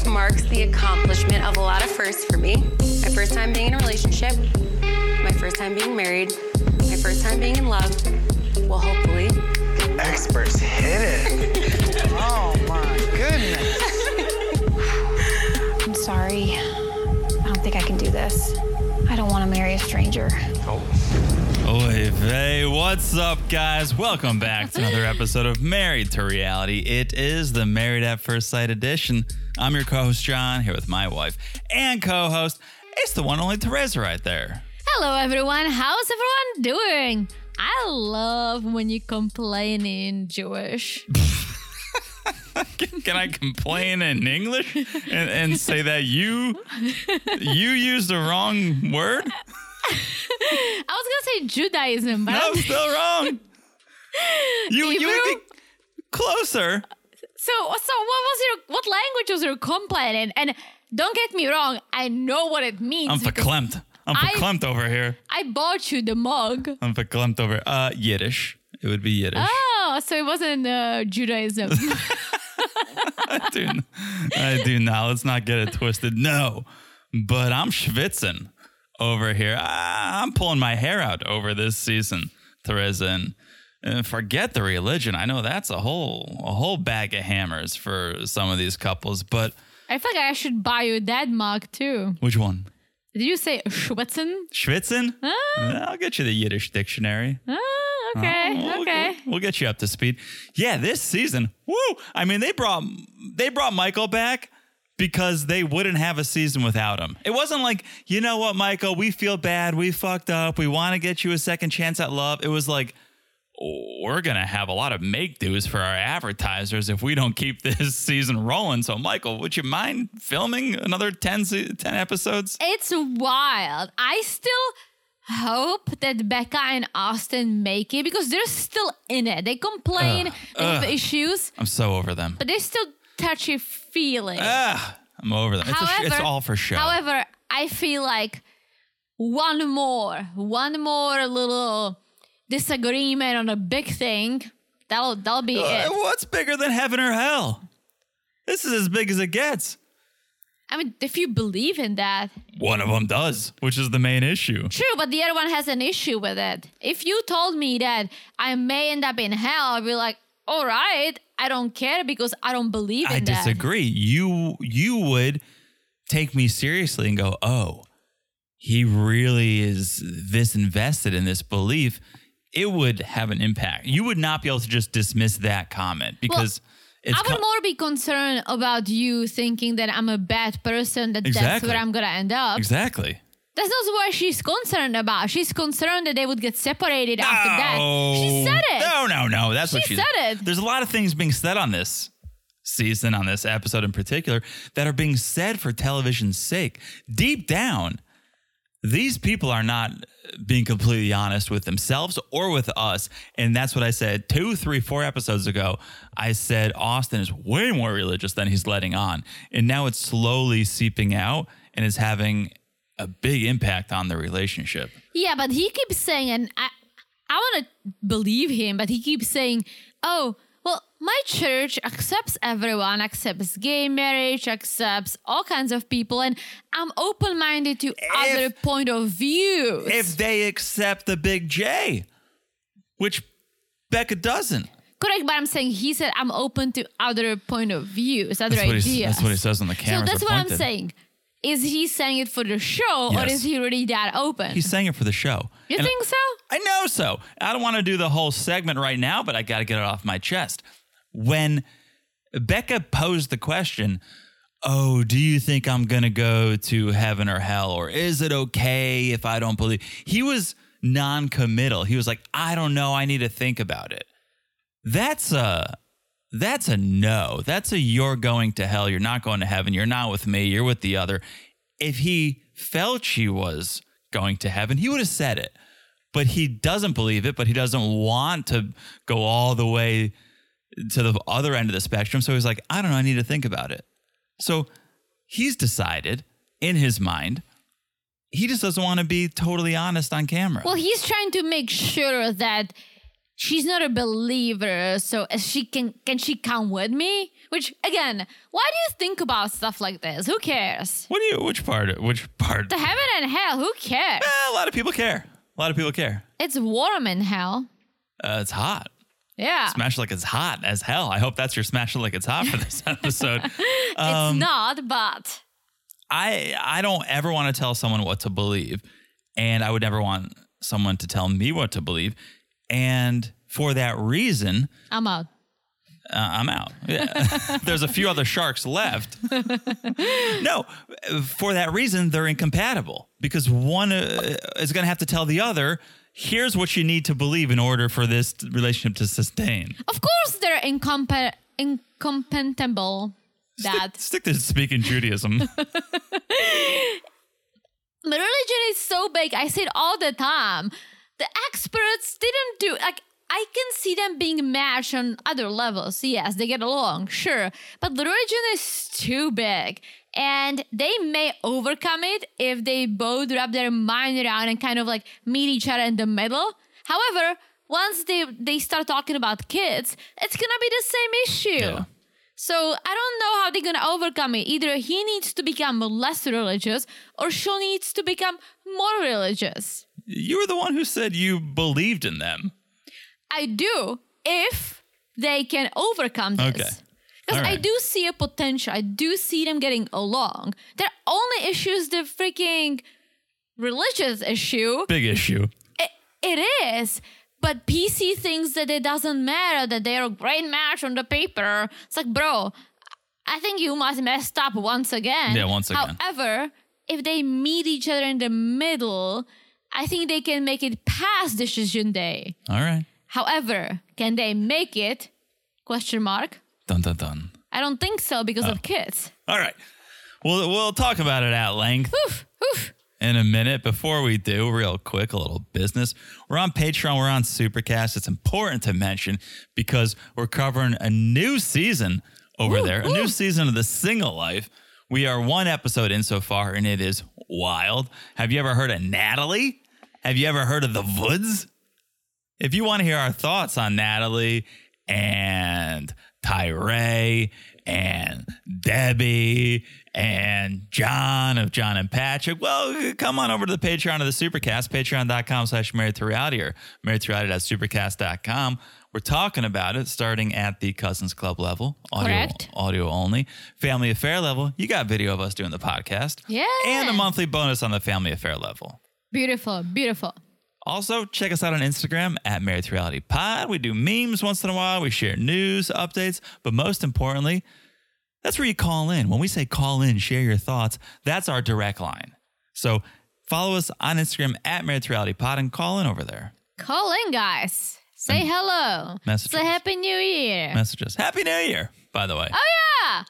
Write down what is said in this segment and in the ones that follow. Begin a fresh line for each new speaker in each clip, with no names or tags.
the accomplishment of a lot of firsts for me. My first time being in a relationship, my first time being married, my first time being in love. Well, hopefully.
Experts hit it. oh my goodness.
I'm sorry. I don't think I can do this. I don't want to marry a stranger.
Oy vey, what's up, guys? Welcome back to another episode of Married to Reality. It is the Married at First Sight edition. I'm your co host, John, here with my wife and co host. It's the one and only Teresa right there.
Hello, everyone. How's everyone doing? I love when you complain in Jewish.
Can I complain in English and, and say that you you used the wrong word?
I was gonna say Judaism, but
No,
I'm-
still wrong. You you would be closer.
so so. What was your what language was your complaint in? And don't get me wrong, I know what it means.
I'm
because
verklempt. I'm
I-
verklempt over here.
I bought you the mug.
I'm verklempt over. Uh, Yiddish. It would be Yiddish.
Oh, so it wasn't uh, Judaism.
I, do, I do not. Let's not get it twisted. No, but I'm schwitzing over here. I, I'm pulling my hair out over this season, Teresa. And, and forget the religion. I know that's a whole a whole bag of hammers for some of these couples. But
I feel like I should buy you that mug too.
which one?
Did you say Schwitzen?
Schwitzen? I'll get you the Yiddish dictionary.
Oh, okay,
We'll-
okay.
We'll, get you up to speed. Yeah, this season, woo! I mean, they brought they brought Michael back because they wouldn't have a season without him. It wasn't like, you know what, Michael, we feel bad, we fucked up, we want to get you a second chance at love. It was like we're gonna have a lot of make dues for our advertisers if we don't keep this season rolling. So, Michael, would you mind filming another 10, se- 10 episodes?
It's wild. I still hope that Becca and Austin make it because they're still in it. They complain, they have issues,
I'm so over them.
but they're still touchy feeling.
Ah, I'm over them. It's, a sh- it's all for show.
However, I feel like one more, one more little disagreement on a big thing. That'll that'll be
Uh,
it.
what's bigger than heaven or hell? This is as big as it gets.
I mean, if you believe in that,
One of them does, which is the main issue.
True, but the other one has an issue with it. If you told me that I may end up in hell, I'd be like, all right, I don't care because I don't believe in
I
that.
disagree. You you would take me seriously and go, "Oh, he really is this invested in this belief." It would have an impact. You would not be able to just dismiss that comment because it's
I would
co-
more be concerned about you thinking that I'm a bad person, that that's
Exactly.
where I'm going to end up.
exactly.
That's not what she's concerned about. She's concerned that they would get separated after that. She said it.
No, no, no. That's what
She
she
said it.
There's a lot of things being said on this season, on this episode in particular, that are being said for television's sake. Deep down, these people are not being completely honest with themselves or with us. And that's what I said two, three, four episodes ago. I said Austin is way more religious than he's letting on. And now it's slowly seeping out and is having a big impact on the relationship.
Yeah, but he keeps saying, and I, I want to believe him, but he keeps saying, oh, well, my church accepts everyone, accepts gay marriage, accepts all kinds of people, and I'm open minded to other point of views.
if they accept the big J, which Becca doesn't.
Correct, but I'm saying he said I'm open to other point of views, other
That's what
ideas.
he- that's what he says on the
So
cameras
that's
are
what I'm
pointed.
saying. Is he saying it for the show, or
Yes.
is he really that open?
He sang it for the show.
you
And
think so?
I know so. I don't want to do the whole segment right now, but I got to get it off my chest. When Becca posed the question, Oh, do you think I'm going to go to heaven or hell? Or is it okay if I don't believe? He was non committal. He was like, I don't know. I need to think about it. That's a. That's a no. That's a you're going to hell. You're not going to heaven. You're not with me. You're with the other. If he felt she was going to heaven, he would have said it but he doesn't believe it, but he doesn't want to go all the way to the other end of the spectrum. So he's like, I don't know, I need to think about it. So he's decided in his mind, he just doesn't want to be totally honest on camera.
Well, he's trying to make sure that she's not a believer, so as she can can she come with me? Which again, why do you think about stuff like this? Who cares?
What do you? Which part? Which part?
The heaven and hell, who cares?
Eh, a lot of people care. A lot of people care.
It's warm in hell.
Uh, it's hot.
Yeah.
Smash like it's hot as hell. I hope that's your smash it like it's hot for this episode.
it's not, but
I I don't ever want to tell someone what to believe, and I would never want someone to tell me what to believe. And for that reason,
I'm out.
uh, I'm out. Yeah. There's a few other sharks left. no, for that reason, they're incompatible because one uh, is going to have to tell the other, here's what you need to believe in order for this relationship to sustain.
Of course they're incompa- incompatible. That
Stick to speaking Judaism.
the religion is so big. I say it all the time. The experts didn't do like I can see them being matched on other levels. Yes, they get along, sure, but the religion is too big, and they may overcome it if they both wrap their mind around and kind of like meet each other in the middle. However, once they they start talking about kids, it's gonna be the same issue.
Yeah.
So I don't know how they're gonna overcome it. Either he needs to become less religious, or she needs to become more religious.
you were the one who said you believed in them.
I do if they can overcome this.
Okay.
Because I
Alright.
do see a potential. I do see them getting along. Their only issue is the freaking religious issue.
Big issue.
It, it is. But PC thinks that it doesn't matter that they're a great match on the paper. It's like, bro, I think you must messed up once again.
Yeah, once again.
However, if they meet each other in the middle, I think they can make it past decision day.
All right.
However, can they make it? Question mark.
Dun dun dun.
I don't think so because
Uh.
of kids.
All right. We'll we'll talk about it at length
Oof, oof.
in a minute. Before we do, real quick, a little business. We're on Patreon. We're on Supercast. It's important to mention because we're covering a new season over
Woo,
there, a
woo.
new season of The Single Life. We are one episode in so far, and it is wild. Have you ever heard of Natalie? Have you ever heard of The Woods? If you want to hear our thoughts on Natalie and Tyree and Debbie and John of John and Patrick, well, come on over to the Patreon of the Supercast, patreon.com slash married to reality or married to reality.supercast.com. We're talking about it starting at the Cousins Club level, audio,
Correct.
audio only. Family Affair level, you got video of us doing the podcast.
Yeah.
And a monthly bonus on the Family Affair level.
Beautiful, beautiful.
Also, check us out on Instagram at Married to Reality Pod. We do memes once in a while. We share news updates, but most importantly, that's where you call in. When we say call in, share your thoughts. That's our direct line. So follow us on Instagram at Married to Reality Pod and call in over there.
Call in, guys. Say hello.
message
Say
us.
Happy New Year.
Message us. Happy New Year, by the way.
yeah.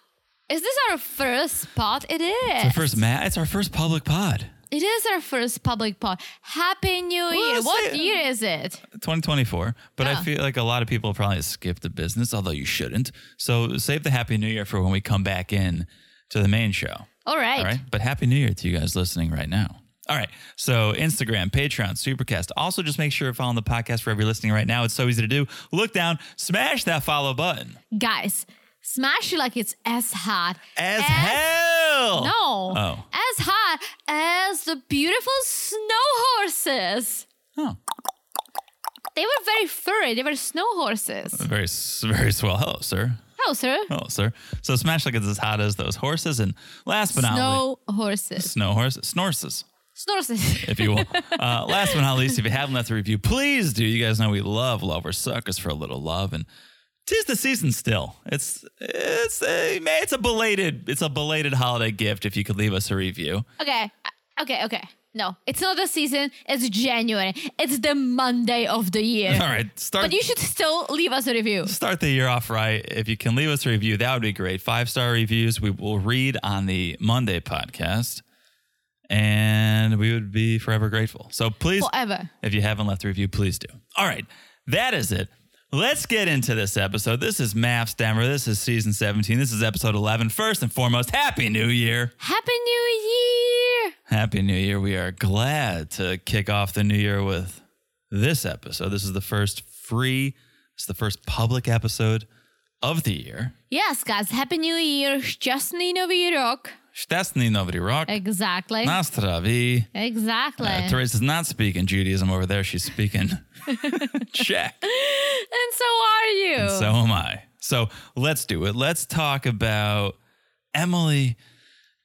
Is this our first spot? It
It's our
is.
first ma- It's our first public pod.
It is our first public pod. Happy New
Well,
Year. What
say-
year is it?
2024. But
Yeah.
I feel like a lot of people probably skip the business, although you shouldn't. So save the Happy New Year for when we come back in to the main show.
All right.
All right. But happy new year to you guys listening right now. All right. So Instagram, Patreon, Supercast. Also just make sure you're following the podcast wherever you're listening right now. It's so easy to do. Look down, smash that follow button.
Guys, smash it like it's as hot
As, hell.
No.
Oh.
As hot as the beautiful snow horses.
Oh.
They were very furry. They were snow horses.
Very s- very swell. Hello, sir.
Hello, sir.
Hello, sir. So smash like it's as hot as those horses. And last but not least
Snow horses.
snow horses. Snorses.
Snorses.
if you will. Uh, last but not least, if you haven't left a review, please do. You guys know we love love. We're suckers for a little love, and tis the season still. It's it's a man, it's a belated it's a belated holiday gift. If you could leave us a review,
Okay. uh, Okay. Okay. No, it's not the season. It's January. It's the Monday of the year.
all right, start.
But you should still leave us a review.
Start the year off right. If you can leave us a review, that would be great. Five star reviews we will read on the Monday podcast, and we would be forever grateful. So please,
Forever.
If you haven't left a review, please do. All right, that is it. Let's get into this episode. This is Maps Denver. This is season 17. This is episode 11. First and foremost, Happy New Year.
Happy New Year.
Happy New Year. We are glad to kick off the new year with this episode. This is the first free. It's the first public episode of the year.
Yes, guys. Happy New Year. Щасний новий рік.
Штесний Nobody Rock.
Exactly.
Nastaravi.
Exactly.
Uh, Teresa's not speaking Judaism over there. She's speaking Czech.
and so are you.
And so am I. So let's do it. Let's talk about Emily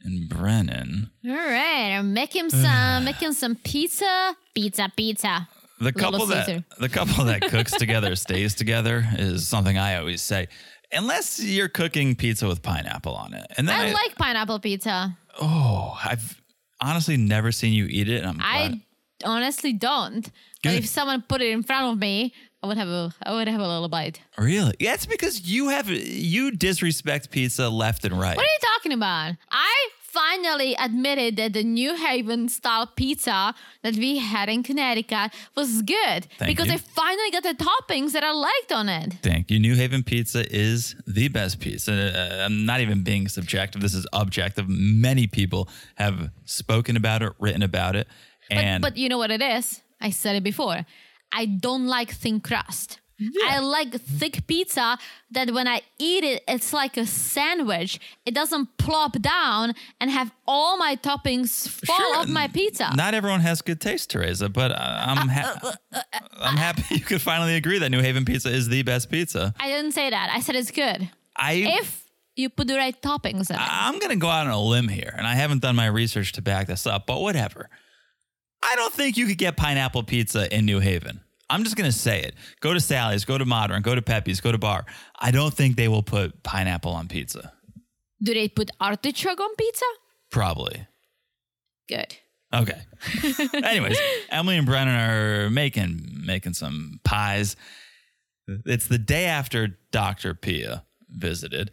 and Brennan.
All right. I'm making some making some pizza. Pizza, pizza.
The
Little
couple that
Caesar.
the couple that cooks together stays together is something I always say. Unless you're cooking pizza with pineapple on it, and then
I
I-
like pineapple pizza.
oh, I've honestly never seen you eat it. And I'm glad-
I honestly don't. But
Good.
if someone put it in front of me, I would have a I would have a little bite.
really yeah, it's because you have you disrespect pizza left and right.
What are you talking about? I finally admitted that the New Haven style pizza that we had in Connecticut was good
Thank
because
you.
I finally got the toppings that I liked on it.
Thank you. New Haven pizza is the best pizza. Uh, I'm not even being subjective. This is objective. Many people have spoken about it, written about it, and
but, but you know what it is? I said it before. I don't like thin crust. I like thick pizza that when I eat it, it's like a sandwich. It doesn't plop down and have all my toppings fall
Sure,
off my pizza.
not everyone has good taste, Teresa. But I- I'm ha- I'm happy you could finally agree that New Haven pizza is the best pizza.
I didn't say that. I said it's good.
I
If you put the right toppings in it.
I'm gonna go out on a limb here, and I haven't done my research to back this up, but whatever. I don't think you could get pineapple pizza in New Haven. I'm just gonna say it. Go to Sally's, go to Modern, go to Pepe's, go to Bar. I don't think they will put pineapple on pizza.
Do they put artichoke on pizza?
Probably.
Good.
Okay. Anyways, Emily and Brennan are making making some pies. It's the day after Dr. Pia visited.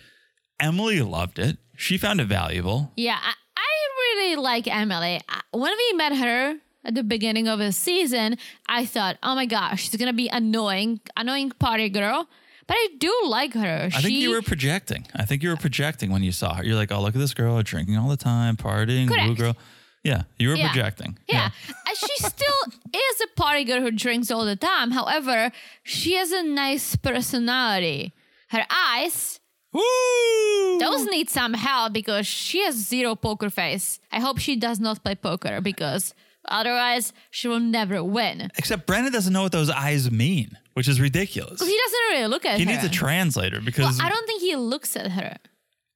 Emily loved it. She found it valuable.
Yeah, I, I really like Emily. I- When we met her at the beginning of the season, I thought, oh my gosh, she's gonna be annoying, annoying party girl. But I do like her.
I think you were projecting. I think you
Uh,
were projecting when you saw her. You're like, oh, look at this girl drinking all the time, partying, woo
Correct.
girl. Yeah, you were
Yeah.
projecting.
yeah, And she still is a party girl who drinks all the time. However, she has a nice personality. Her eyes,
Woo!
those need some help because she has zero poker face. I hope she does not play poker because otherwise she will never win.
Except Brendan doesn't know what those eyes mean, which is ridiculous.
He doesn't really look at
He
her.
needs a translator
Well,
because
I don't think he looks at her.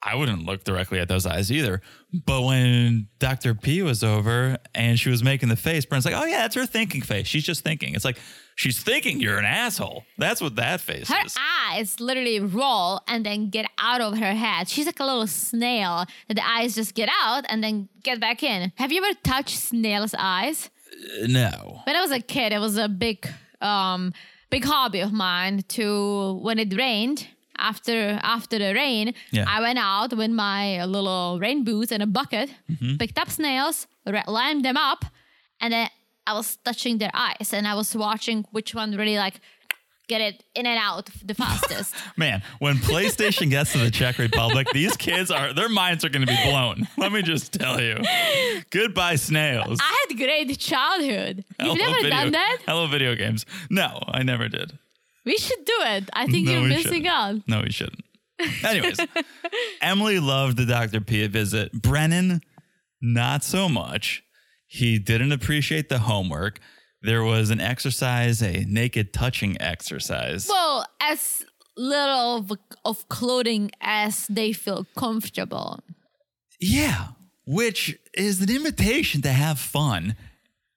I wouldn't look directly at those eyes either. But when Dr. P was over and she was making the face, Brent's like, oh, yeah, that's her thinking face. She's just thinking. It's like, she's thinking you're an asshole. That's what that face
Her
is.
eyes literally roll and then get out of her head. She's like a little snail. that The eyes just get out and then get back in. Have you ever touched snail's eyes?
no.
When I was a kid, it was a big, um, big hobby of mine. To when it rained. After after the rain,
Yeah.
I went out with my little rain boots and a bucket,
Mm-hmm.
picked up snails, ra- lined them up, and then I was touching their eyes and I was watching which one really like get it in and out the fastest.
Man, when PlayStation gets to the Czech Republic, these kids are their minds are going to be blown. Let me just tell you. Goodbye snails.
I had great childhood. You've never
Oh, video,
done that?
Hello video games. No, I never did.
We should do it. I think
No,
you're
we
missing
shouldn't.
out.
No, we shouldn't. Anyways, Emily loved the Dr. P visit. Brennan, not so much. He didn't appreciate the homework. There was an exercise, a naked touching exercise.
Well, as little of, of clothing as they feel comfortable.
Yeah, which is an invitation to have fun.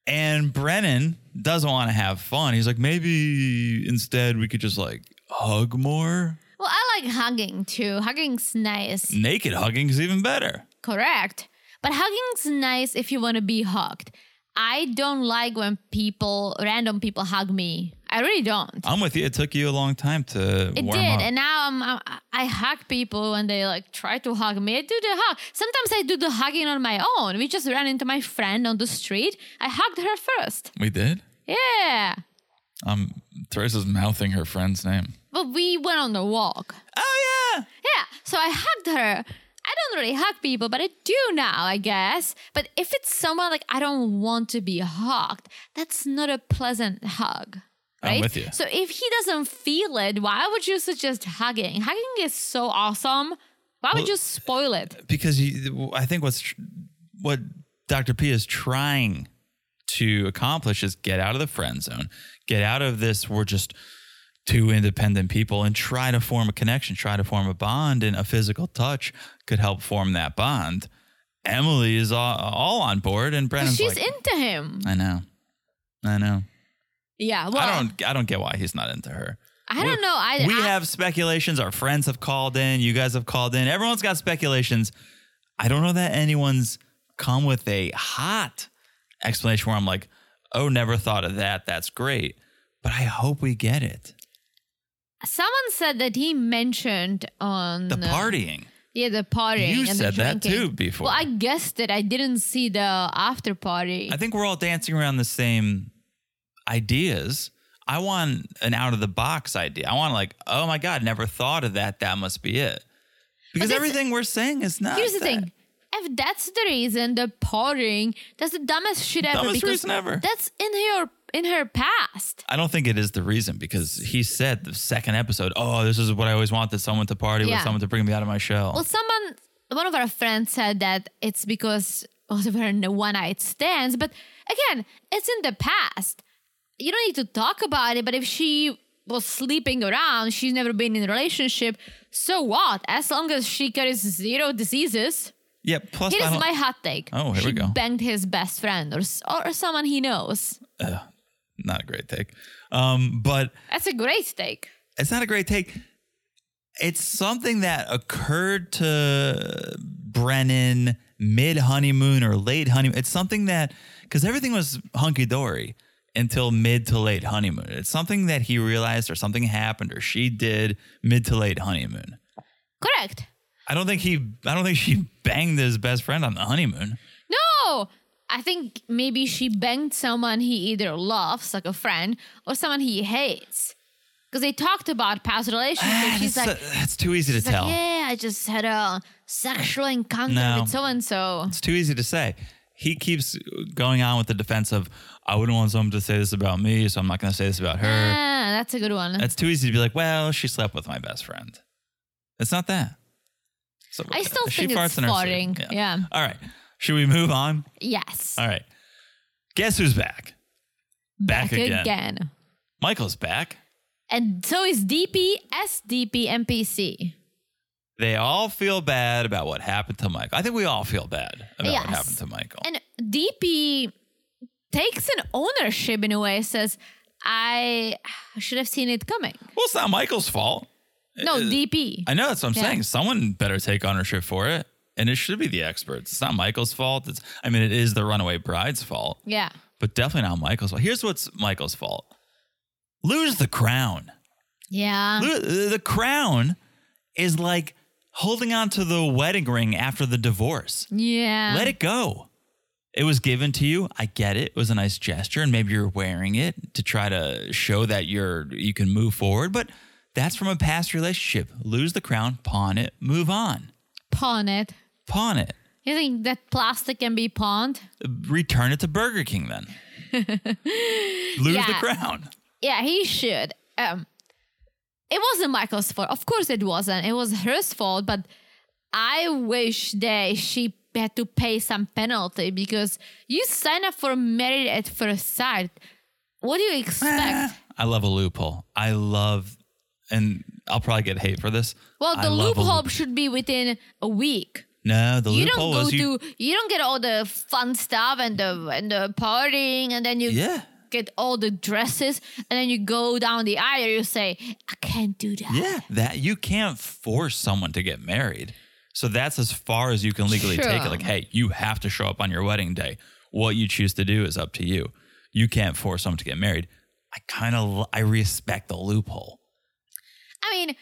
And Brennan doesn't want to have fun. He's like, maybe instead we could just like hug more.
Well, I like hugging too. Hugging's nice,
Naked hugging is even better.
correct. But hugging's nice if you want to be hugged. I don't like when people, random people, hug me. I really don't.
I'm with you. It took you a long time to
It
warm
did,
up.
and now I'm, I, I hug people when they like try to hug me. I do the hug. Sometimes I do the hugging on my own. We just ran into my friend on the street. I hugged her first.
we did.
Yeah,
Um, Teresa's mouthing her friend's name.
but we went on a walk.
Oh yeah.
Yeah, so I hugged her. I don't really hug people, but I do now, I guess. But if it's someone like I don't want to be hugged, that's not a pleasant hug. Right?
I'm with you.
So if he doesn't feel it, why would you suggest hugging? Hugging is so awesome. Why would
Well,
you spoil it?
because you, I think what's tr- what Dr. P is trying to accomplish is get out of the friend zone, get out of this. We're just two independent people, and try to form a connection, try to form a bond, and a physical touch could help form that bond. Emily is all, all on board, and Brennan's
She's
like,
into him.
I know, I know.
Yeah. Well,
I don't, I don't get why he's not into her.
I don't know. I,
we
I-
have speculations. Our friends have called in. You guys have called in. Everyone's got speculations. I don't know that anyone's come with a hot explanation where I'm like, oh, never thought of that. That's great. But I hope we get it.
someone said that he mentioned on
The partying.
Yeah, the party.
You
and the
said that
drinking.
too before.
Well, I guessed it. I didn't see the after party.
I think we're all dancing around the same ideas. I want an out of the box idea. I want like, oh my God, never thought of that. That must be it. Because
that's-
everything we're saying is not.
Here's the
that.
thing. If that's the reason, the partying, that's the dumbest shit ever.
Dumbest
because
reason ever.
That's in her in her past.
I don't think it is the reason because he said the second episode, oh, this is what I always wanted someone to party with,
Yeah.
someone to bring me out of my shell.
Well, someone, one of our friends said that it's because of her one night stands. But again, it's in the past. You don't need to talk about it. But if she was sleeping around, she's never been in a relationship. So what? As long as she carries zero diseases.
yeah, plus, I
Here's
don't-
my hot take.
Oh, here
she
we go.
Banged his best friend or s- or someone he knows.
not a great take, um, but
That's a great take.
it's not a great take. It's something that occurred to Brennan mid honeymoon or late honeymoon. It's something that, because everything was hunky dory until mid to late honeymoon. It's something that he realized or something happened or she did mid to late honeymoon.
Correct.
I don't think he. I don't think she banged his best friend on the honeymoon.
No, I think maybe she banged someone he either loves, like a friend, or someone he hates. Because they talked about past relationships. She's
that's, uh,
like,
that's too easy to
she's like,
tell.
yeah, I just had a sexual encounter
No.
with so and so.
It's too easy to say. He keeps going on with the defense of, I wouldn't want someone to say this about me, so I'm not going to say this about her.
Ah, that's a good one.
That's too easy to be like, well, she slept with my best friend. It's not that. So,
I still
she
think
farts
it's
in her sleep.
farting. Yeah.
All right. Should we move on?
yes.
All right. Guess who's back? Back, again.
again.
Michael's back.
And so is DP, SDP, and PC.
They all feel bad about what happened to Michael. I think we all feel bad about
Yes.
what happened to Michael.
And DP takes an ownership in a way, says, I should have seen it coming.
well, it's not Michael's fault.
No, DP.
Uh, I know that's what I'm
Yeah.
saying. Someone better take ownership for it. And it should be the experts. It's not Michael's fault. It's I mean, it is the runaway bride's fault,
yeah.
but definitely not Michael's fault. Here's what's Michael's fault. Lose the crown.
Yeah.
Lo- The crown is like holding on to the wedding ring after the divorce.
Yeah.
Let it go. It was given to you. I get it. It was a nice gesture, and maybe you're wearing it to try to show that you're you can move forward. But that's from a past relationship. Lose the crown, pawn it, move on,
pawn it.
pawn it,
You think that plastic can be pawned?
return it to Burger King. Then lose the
Yeah.
crown.
Yeah, he should. Um, it wasn't Michael's fault. Of course it wasn't. It was her fault, but I wish that she had to pay some penalty because you sign up for married at first sight. What do you expect?
I love a loophole. I love, and I'll probably get hate for this.
well,
I
the
love a
loophole
loop-
should be within a week.
No, the
You
loophole
don't go
was you.
to you don't get all the fun stuff and the and the partying and then you
Yeah.
get all the dresses and then you go down the aisle you say I can't do that.
Yeah, that you can't force someone to get married. So that's as far as you can legally
Sure.
take it. Like, hey, you have to show up on your wedding day. What you choose to do is up to you. You can't force someone to get married. I kind of I respect the loophole.
I mean,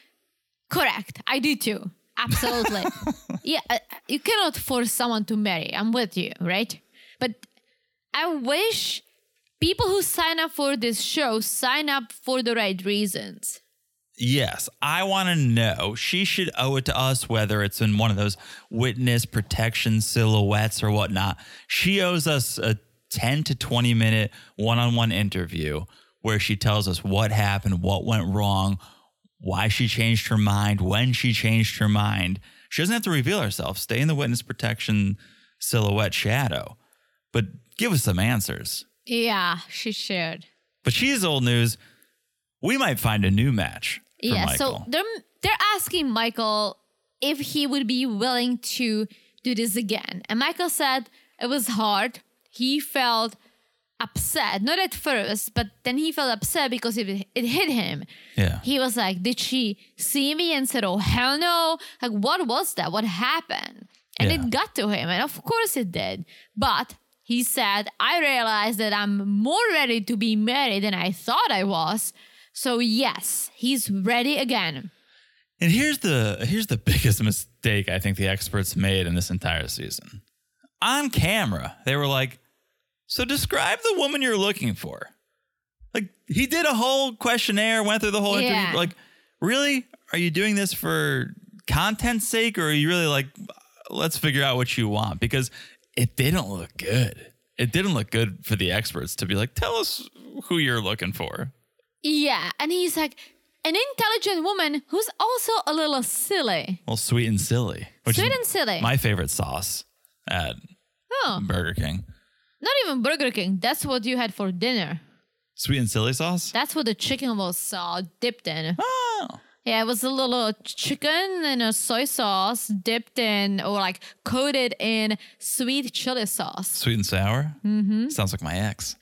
correct. I do too. Absolutely. yeah, uh, you cannot force someone to marry. I'm with you, right? But I wish people who sign up for this show sign up for the right reasons.
Yes, I want to know. She should owe it to us, whether it's in one of those witness protection silhouettes or whatnot. She owes us a 10 to 20 minute one on one interview where she tells us what happened, what went wrong, why she changed her mind, when she changed her mind. She doesn't have to reveal herself, stay in the witness protection silhouette shadow, but give us some answers.
Yeah, she should.
But she's old news. We might find a new match. For
yeah,
Michael.
so they're they're asking Michael if he would be willing to do this again. And Michael said it was hard. He felt upset, not at first, but then he felt upset because it, it hit him.
Yeah.
He was like, Did she see me and said, Oh, hell no? Like, what was that? What happened? And
Yeah.
it got to him. And of course it did. But he said, I realized that I'm more ready to be married than I thought I was. So, yes, he's ready again.
And here's the here's the biggest mistake I think the experts made in this entire season. On camera, they were like, "So describe the woman you're looking for." Like he did a whole questionnaire, went through the whole
Yeah.
interview. Like, really, are you doing this for content's sake, or are you really like, let's figure out what you want? Because it didn't look good. It didn't look good for the experts to be like, tell us who you're looking for.
Yeah. And he's like, An intelligent woman who's also a little silly.
Well, sweet and silly. which is
Sweet and silly.
My favorite sauce at
oh,
Burger King.
not even Burger King. That's what you had for dinner.
Sweet and silly sauce?
That's what the chicken was uh, dipped in.
Oh.
Yeah, it was a little chicken and a soy sauce dipped in or like coated in sweet chili sauce.
Sweet and sour? Mm-hmm. Sounds like my ex.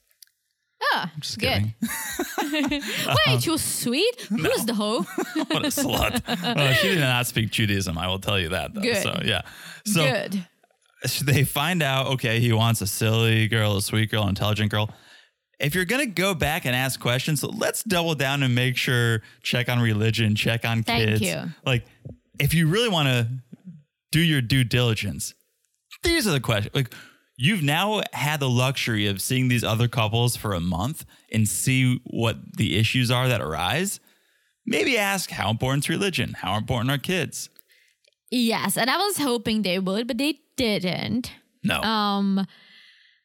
Ah,
Just
good.
kidding.
Wait, she was sweet? Who's the hoe?
what a slut. Uh, she did not speak Judaism. I will tell you that, though.
Good.
So, yeah. So
good.
they find out, okay, he wants a silly girl, a sweet girl, an intelligent girl. If you're going to go back and ask questions, let's double down and make sure, check on religion, check on
Thank
kids.
you.
Like, if you really want to do your due diligence, these are the questions. Like, you've now had the luxury of seeing these other couples for a month and see what the issues are that arise. Maybe ask, how important's religion? How important are kids?
Yes, and I was hoping they would, but they didn't.
No.
Um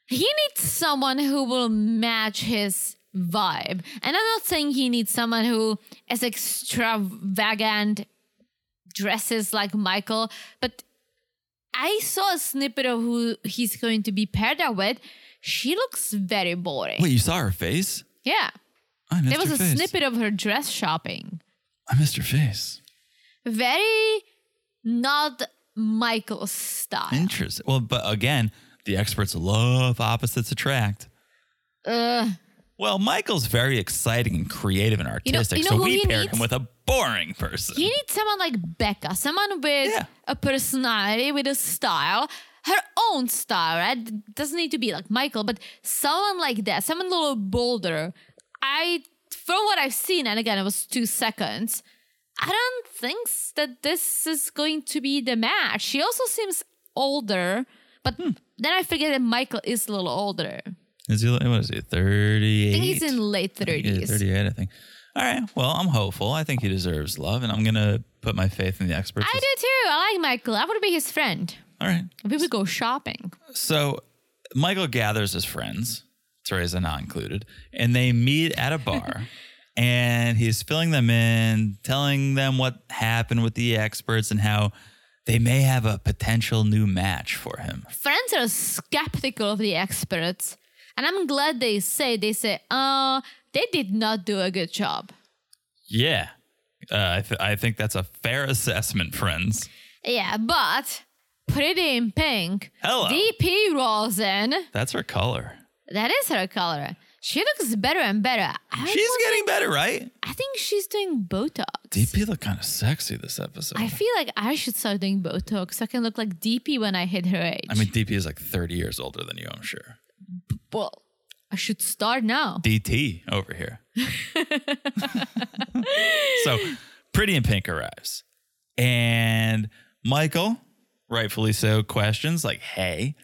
he needs someone who will match his vibe. And I'm not saying he needs someone who is extravagant dresses like Michael, but I saw a snippet of who he's going to be paired up with. She looks very boring.
Wait, you saw her face? Oh,
Yeah.
I missed
There was
her
a
face.
snippet of her dress shopping.
I missed her face.
Very not Michael's style.
Interesting. Well, but again, the experts love opposites attract.
Ugh.
Well, Michael's very exciting and creative and
you know
artistic,
who
so we
he
paired
needs?
him with a boring person.
You need someone like Becca, someone with
Yeah.
a personality, with a style, her own style, right? It Doesn't need to be like Michael, but someone like that, someone a little bolder. I, from what I've seen, and again, it was two seconds, I don't think s- that this is going to be the match. She also seems older, but then I figured that Michael is a little older.
is he? What is he? Thirty-eight.
I think he's in late 30s.
Thirty-eight, I think. All right. Well, I'm hopeful. I think he deserves love, and I'm gonna put my faith in the experts.
I do too. I like Michael. I would be his friend.
All right.
We would go shopping.
So Michael gathers his friends, Teresa not included, and they meet at a bar. and he's filling them in, telling them what happened with the experts and how they may have a potential new match for him.
friends are skeptical of the experts and i'm glad they say they say uh they did not do a good job
Yeah. Uh, I, th- I think that's a fair assessment, friends.
yeah but pretty in pink
Hello.
dp rosen
That's her color.
that is her color she looks better and better I,
She's
wonder-
getting better, right?
I think she's doing botox
DP looked kind of sexy this episode.
i
I
feel like i should start doing botox so i can look like dp when i hit her age
mean, DP is like 30 years older than you, I'm sure.
well i should start now
DT over here. so Pretty in Pink arrives. And Michael, rightfully so, questions like, hey,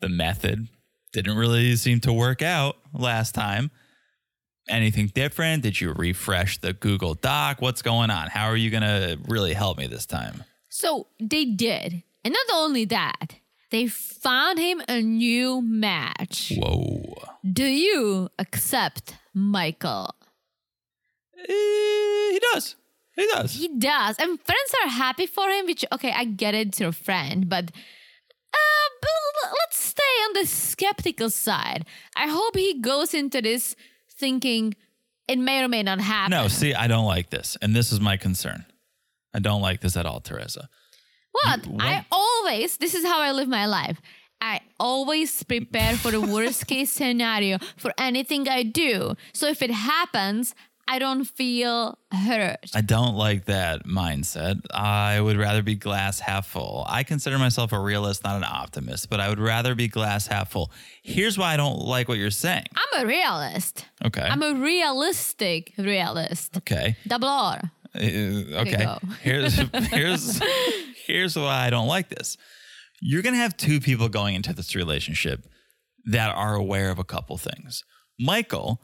the method didn't really seem to work out last time. Anything different? Did you refresh the Google Doc? What's going on? How are you going to really help me this time?
So they did. And not only that, they found him a new match.
Whoa.
Do you accept Michael?
Eh, he does. He does.
He does. And friends are happy for him, which, okay, I get it to a friend, but. Uh, but l- let's stay on the skeptical side. I hope he goes into this thinking it may or may not happen.
no, see, I don't like this. And this is my concern. I don't like this at all, Teresa.
What?
You-
I
what-
always, this is how I live my life. I always prepare for the worst case scenario for anything I do. So if it happens, I don't feel hurt.
I don't like that mindset. I would rather be glass half full. I consider myself a realist, not an optimist, but I would rather be glass half full. Here's why I don't like what you're saying.
I'm a realist.
Okay.
I'm a realistic realist.
okay.
Double R.
Uh, okay.
go.
Here's here's here's why I don't like this. You're gonna have two people going into this relationship that are aware of a couple things. Michael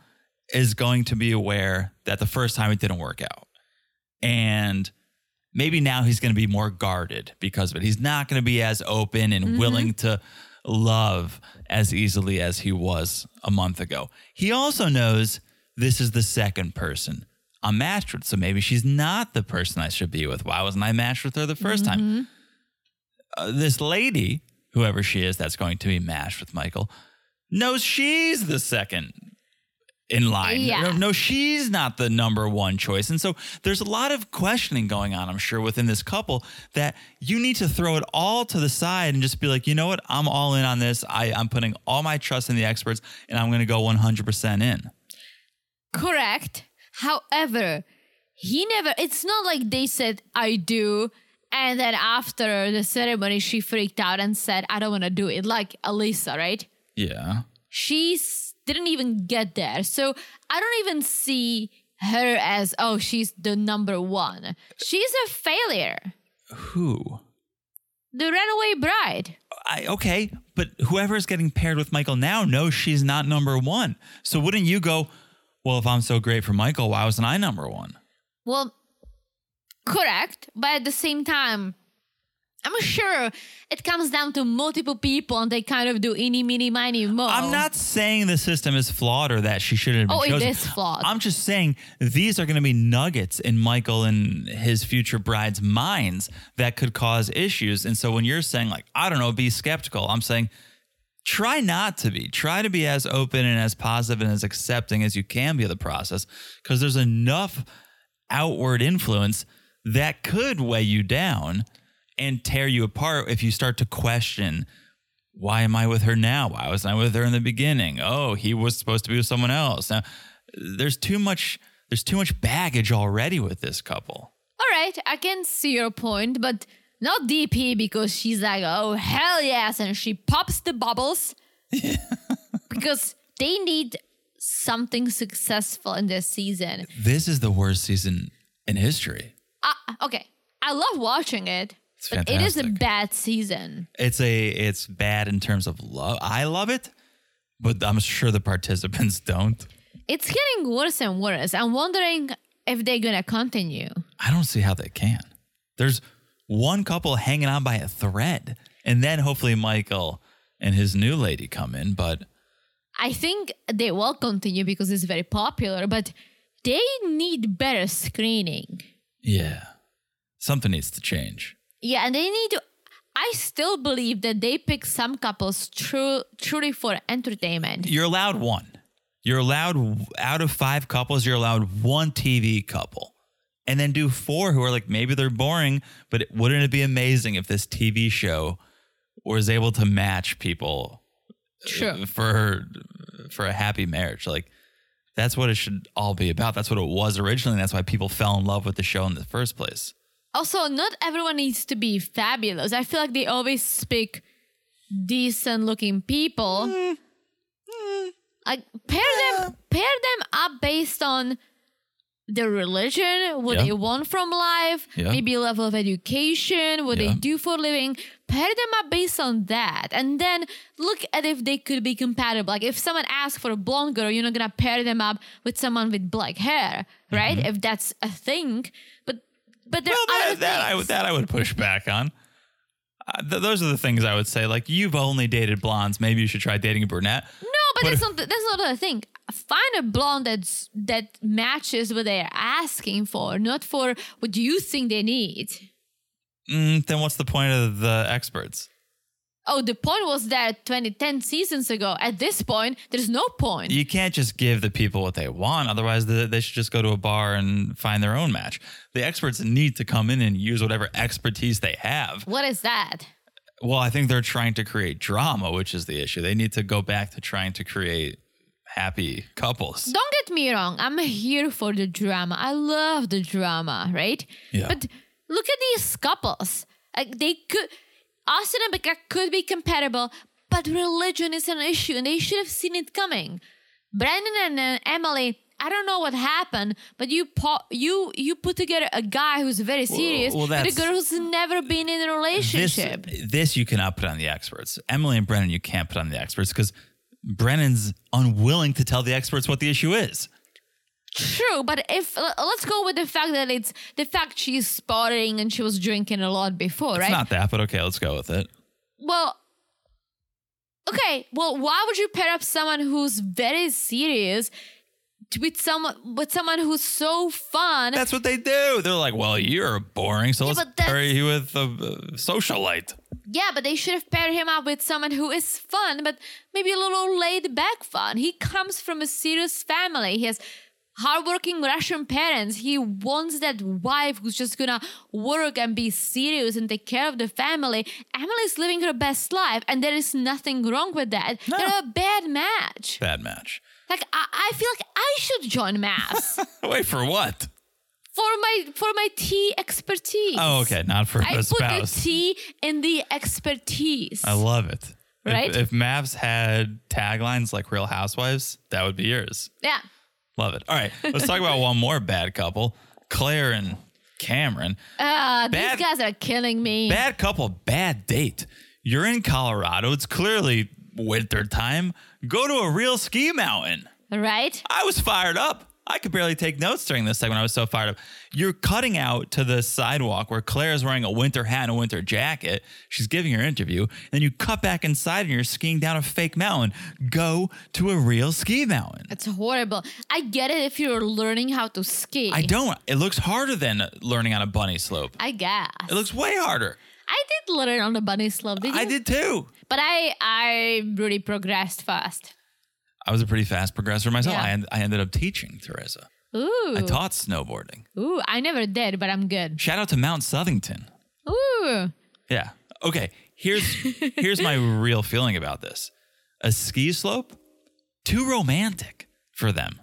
is going to be aware that the first time it didn't work out. And maybe now he's going to be more guarded because of it. He's not going to be as open and willing to love as easily as he was a month ago. He also knows this is the second person I'm matched with. So maybe she's not the person I should be with. Why wasn't I matched with her the 1st time? Uh, this lady, whoever she is that's going to be matched with Michael, knows she's the second in line.
Yeah.
No, no, she's not the number one choice. And so there's a lot of questioning going on, I'm sure, within this couple that you need to throw it all to the side and just be like, you know what? I'm all in on this. I, I'm putting all my trust in the experts and I'm going to go 100% in.
Correct. However, he never, it's not like they said, I do. And then after the ceremony, she freaked out and said, I don't want to do it. Like Alyssa, right?
Yeah.
she s- didn't even get there. So I don't even see her as, oh, she's the number one. She's a failure.
Who?
The runaway bride.
I, okay, but whoever's getting paired with Michael now knows she's not number one. So wouldn't you go, well, if I'm so great for Michael, why wasn't I number one?
Well, correct. But at the same time, I'm sure it comes down to multiple people and they kind of do eeny, meeny, miny, mo.
I'm not saying the system is flawed or that she shouldn't have been
Oh, it
chosen.
is flawed.
I'm just saying these are going to be nuggets in Michael and his future bride's minds that could cause issues. And so when you're saying like, I don't know, be skeptical, I'm saying try not to be. Try to be as open and as positive and as accepting as you can be of the process because there's enough outward influence that could weigh you down and tear you apart if you start to question why am I with her now? Why wasn't I with her in the beginning? Oh, he was supposed to be with someone else. Now, there's too much there's too much baggage already with this couple.
All right, I can see your point, but not DP because she's like, oh, hell yes. And she pops the bubbles because they need something successful in this season.
This is the worst season in history.
Uh, okay, I love watching it,
It's
but it is a
fantastic.
bad season.
It's a it's bad in terms of love. I love it, but I'm sure the participants don't.
It's getting worse and worse. I'm wondering if they're going to continue.
I don't see how they can. There's one couple hanging on by a thread, and then hopefully Michael and his new lady come in, but
I think they will continue because it's very popular, but they need better screening.
yeah. Something needs to change.
Yeah, and they need to. I still believe that they pick some couples true, truly for entertainment.
you're allowed one. You're allowed out of five couples, you're allowed one TV couple. And then do four who are like, maybe they're boring, but it, wouldn't it be amazing if this TV show was able to match people uh,
True.
for for a happy marriage? Like that's what it should all be about. That's what it was originally. And that's why people fell in love with the show in the first place.
Also, not everyone needs to be fabulous. I feel like they always pick decent looking people. Like pair them pair them up based on their religion, what
Yeah.
they want from life,
Yeah.
maybe level of education, what
Yeah.
they do for a living. Pair them up based on that. And then look at if they could be compatible. Like if someone asks for a blonde girl, you're not gonna pair them up with someone with black hair, right?
Mm-hmm.
If that's a thing. But but there
Well,
are
that,
other
that I
things.
would that I would push back on. Uh, th- those are the things I would say. Like you've only dated blondes, maybe you should try dating a brunette.
No, but
But
that's not the, that's not the thing. find a blonde that's that matches what they're asking for, not for what you think they need.
Mm, then what's the point of the experts?
Oh, the point was that 2010 seasons ago. At this point, there's no point.
You can't just give the people what they want. Otherwise, the, they should just go to a bar and find their own match. The experts need to come in and use whatever expertise they have.
What is that?
Well, I think they're trying to create drama, which is the issue. They need to go back to trying to create happy couples.
Don't get me wrong. I'm here for the drama. I love the drama, right?
Yeah.
But look at these couples. Like they could, Austin and Becca could be compatible, but religion is an issue, and they should have seen it coming. Brandon and uh, Emily. I don't know what happened, but you po- you you put together a guy who's very serious
well,
with a
that's-
girl who's never been in a
this,
relationship.
this you cannot put on the experts. Emily and Brennan, you can't put on the experts because Brennan's unwilling to tell the experts what the issue is.
True, but if l- let's go with the fact that it's the fact she's spotting and she was drinking a lot before, right?
It's not that, but okay, let's go with it.
Well, okay. Well, why would you pair up someone who's very serious t- with someone with someone who's so fun?
That's what they do. They're like, well, you're boring, so let's
but that's-
pair you with a uh, socialite.
yeah, but they should have paired him up with someone who is fun, but maybe a little laid back fun. He comes from a serious family. He has hardworking Russian parents. He wants that wife who's just gonna work and be serious and take care of the family. Emily's living her best life, and there is nothing wrong with that.
No.
They're a bad match.
Bad match.
Like I, I feel like I should join maths
Wait for what?
for my for my tea expertise.
Oh, okay, not for
I
a
put the
spouse.
T in the expertise.
I love it. If-
Right?
If, Mavs had taglines like Real Housewives, that would be yours.
yeah.
Love it. All right, let's talk about one more bad couple, Claire and Cameron.
Uh, these
Bad-
guys are killing me.
Bad couple, bad date. You're in Colorado. It's clearly winter time. Go to a real ski mountain.
Right?
I was fired up. I could barely take notes during this segment. I was so fired up. You're cutting out to the sidewalk where Claire is wearing a winter hat and a winter jacket. She's giving her interview. And then you cut back inside and you're skiing down a fake mountain. Go to a real ski mountain.
It's horrible. I get it if you're learning how to ski.
I don't. It looks harder than learning on a bunny slope.
I guess.
It looks way harder.
I did learn on the bunny slope, did you?
I did too.
But I I really progressed fast.
I was a pretty fast progressor myself.
Yeah.
I, en- I ended up teaching Teresa.
Ooh.
I taught snowboarding.
Ooh, I never did, but I'm good.
Shout out to Mount Southington.
Ooh.
Yeah. Okay. Here's here's my real feeling about this. A ski slope, too romantic for them.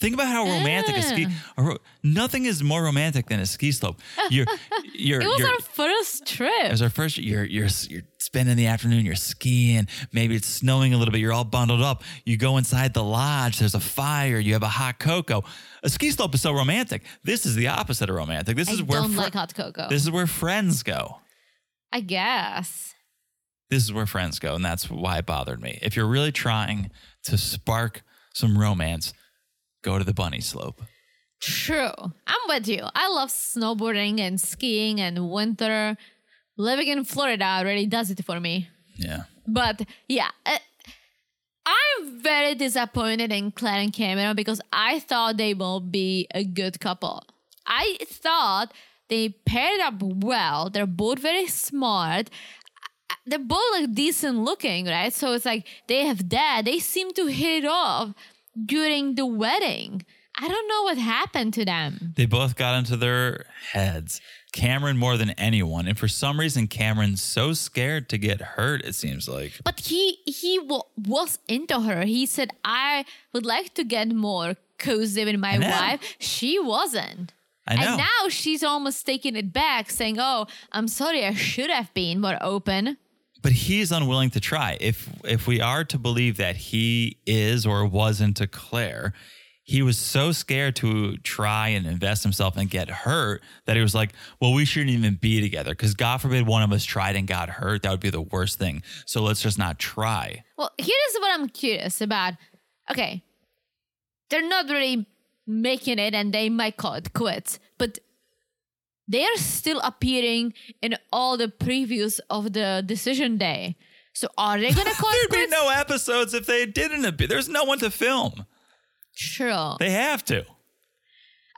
Think about how romantic a ski.
Ah.
a ro- nothing is more romantic than a ski slope. You're you're.
It was
you're
our first
it
trip.
was our first. You're you're you're spending the afternoon. You're skiing. Maybe it's snowing a little bit. You're all bundled up. You go inside the lodge. There's a fire. You have a hot cocoa. A ski slope is so romantic. This is the opposite of romantic. This
I
is where
don't
fri-
like hot cocoa.
this is where friends go.
I guess.
this is where friends go, and that's why it bothered me. If you're really trying to spark some romance, go to the bunny slope.
True. I'm with you. I love snowboarding and skiing and winter. Living in Florida already does it for me.
Yeah.
But yeah, uh, I'm very disappointed in Claire and Cameron because I thought they will be a good couple. I thought they paired up well. They're both very smart. Uh, They're both like decent looking, right? So it's like they have that. They seem to hit it off during the wedding. I don't know what happened to them.
They both got into their heads. Cameron more than anyone. And for some reason, Cameron's so scared to get hurt, it seems like.
But he he wa was into her. He said, "I would like to get more cozy with my
I know.
wife." She wasn't.
I know.
And now she's almost taking it back, saying, "Oh, I'm sorry. I should have been more open."
but he's unwilling to try. If if we are to believe that he is or was into Claire, he was so scared to try and invest himself and get hurt that he was like, "Well, we shouldn't even be together because God forbid one of us tried and got hurt. That would be the worst thing. So let's just not try."
Well, here's what I'm curious about. Okay, they're not really making it, and they might call it quits, but they are still appearing in all the previews of the decision day. So are they gonna call it
There'd be
quits?
no episodes if they didn't. appear. There's no one to film.
Sure.
They have to.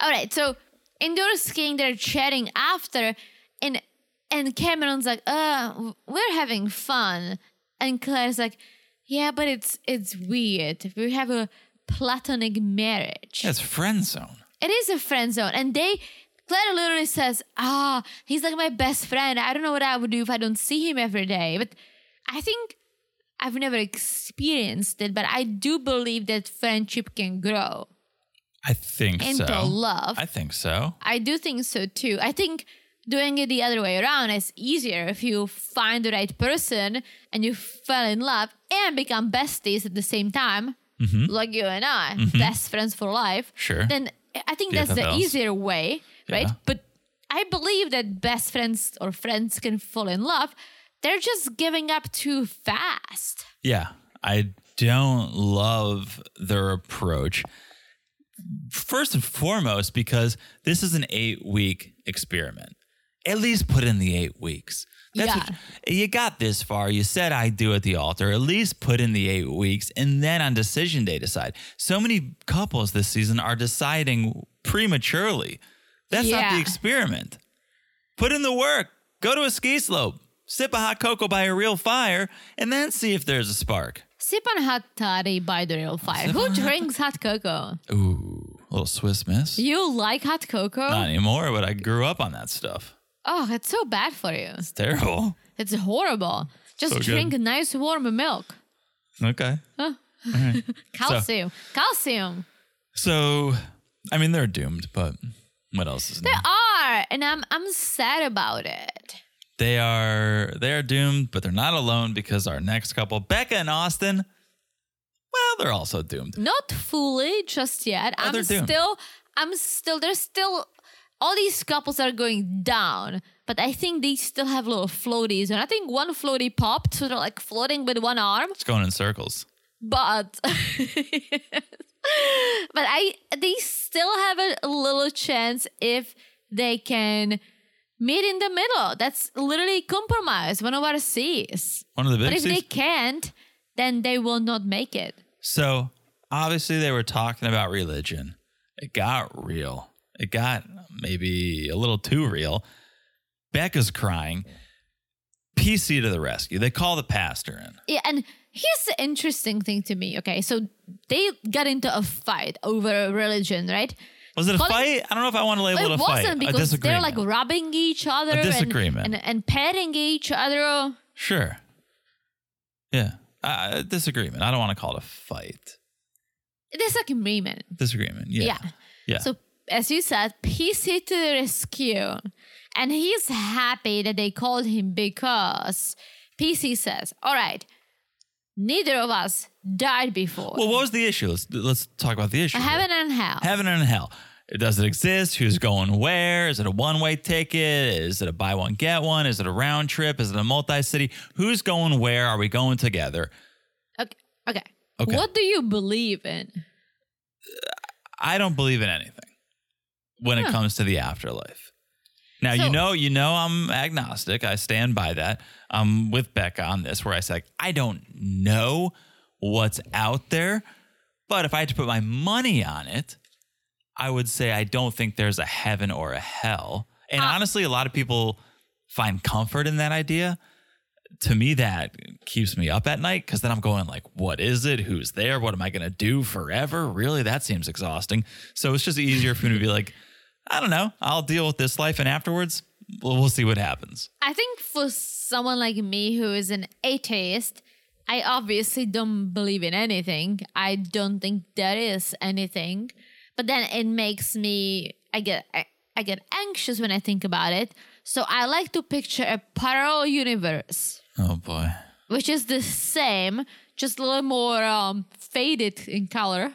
All right, so indoor skiing, they're chatting after, and and Cameron's like, "Uh, we're having fun," and Claire's like, "Yeah, but it's it's weird. We have a platonic marriage.
That's friend zone.
It is a friend zone." And they, Claire literally says, "Ah, he's like my best friend. I don't know what I would do if I don't see him every day." But I think I've never experienced it, but I do believe that friendship can grow.
I think
Into
so.
love.
I think so.
I do think so too. I think doing it the other way around is easier if you find the right person and you fell in love and become besties at the same time, like you and I, best friends for life.
Mm-hmm. Sure.
Then I think that's the
BFFLs.
easier way, right?
Yeah.
But I believe that best friends or friends can fall in love. They're just giving up too fast.
Yeah. I don't love their approach. First and foremost, because this is an eight week experiment. At least put in the eight weeks. That's what- you got this far. You said I do at the altar. At least put in the eight weeks. And then on decision day, decide. So many couples this season are deciding prematurely. That's not the
Yeah.
experiment. Put in the work. Go to a ski slope. Sip a hot cocoa by a real fire and then see if there's a spark.
Sip on hot toddy by the real fire. Who drinks hot cocoa?
Ooh, little Swiss miss.
You like hot cocoa?
Not anymore, but I grew up on that stuff.
Oh, it's so bad for you.
It's terrible.
It's horrible. Just
So good.
drink nice warm milk.
Okay.
Calcium. Calcium.
So, I mean, they're doomed, but what else is new?
They are. And I'm I'm sad about it.
They are they are doomed, but they're not alone because our next couple, Becca and Austin, well, they're also doomed.
Not fully just yet.
they're
I'm
doomed.
still I'm still there's still all these couples are going down. But I think they still have little floaties. And I think one floaty popped, so they're like floating with one arm.
It's going in circles.
but but I they still have a little chance if they can meet in the middle. That's literally compromise. One of our C's.
One of the
But
big
if they can't, then they will not make it.
So obviously they were talking about religion. It got real. It got maybe a little too real. Becca's crying. PC to the rescue. They call the pastor in.
Yeah, and here's the interesting thing to me. Okay, so they got into a fight over religion, right?
Was it a
Calling-
fight? I don't know if I want to label it,
it
a
wasn't
fight. a
because they're
disagreement.
like rubbing each other and-
disagreement.
and, and petting each other.
sure. Yeah. Uh, disagreement. I don't want to call it a fight.
It's like a meme.
Disagreement. Yeah.
Yeah.
Yeah.
So as you said, PC to the rescue. And he's happy that they called him because PC says, All right, neither of us died before.
well, what was the issue? Let's let's talk about the issue.
I
here.
haven't and hell.
Heaven and hell. Does it exist? Who's going where? Is it a one way ticket? Is it a buy one, get one? Is it a round trip? Is it a multi city? Who's going where? Are we going together?
okay. okay.
Okay.
What do you believe in?
I don't believe in anything when it
Huh.
comes to the afterlife. Now,
So-
you know, you know, I'm agnostic. I stand by that. I'm with Becca on this, where I say, I don't know what's out there, but if I had to put my money on it, I would say I don't think there's a heaven or a hell.
Uh,
And honestly, a lot of people find comfort in that idea. To me, that keeps me up at night because then I'm going like, what is it? Who's there? What am I gonna do forever? Really, that seems exhausting. So it's just easier for me to be like, I don't know. I'll deal with this life, and afterwards, we'll, we'll see what happens.
I think for someone like me who is an atheist, I obviously don't believe in anything. I don't think there is anything. But then it makes me I get I, I get anxious when I think about it. So I like to picture a parallel universe,
Oh boy.
which is the same, just a little more um, faded in color.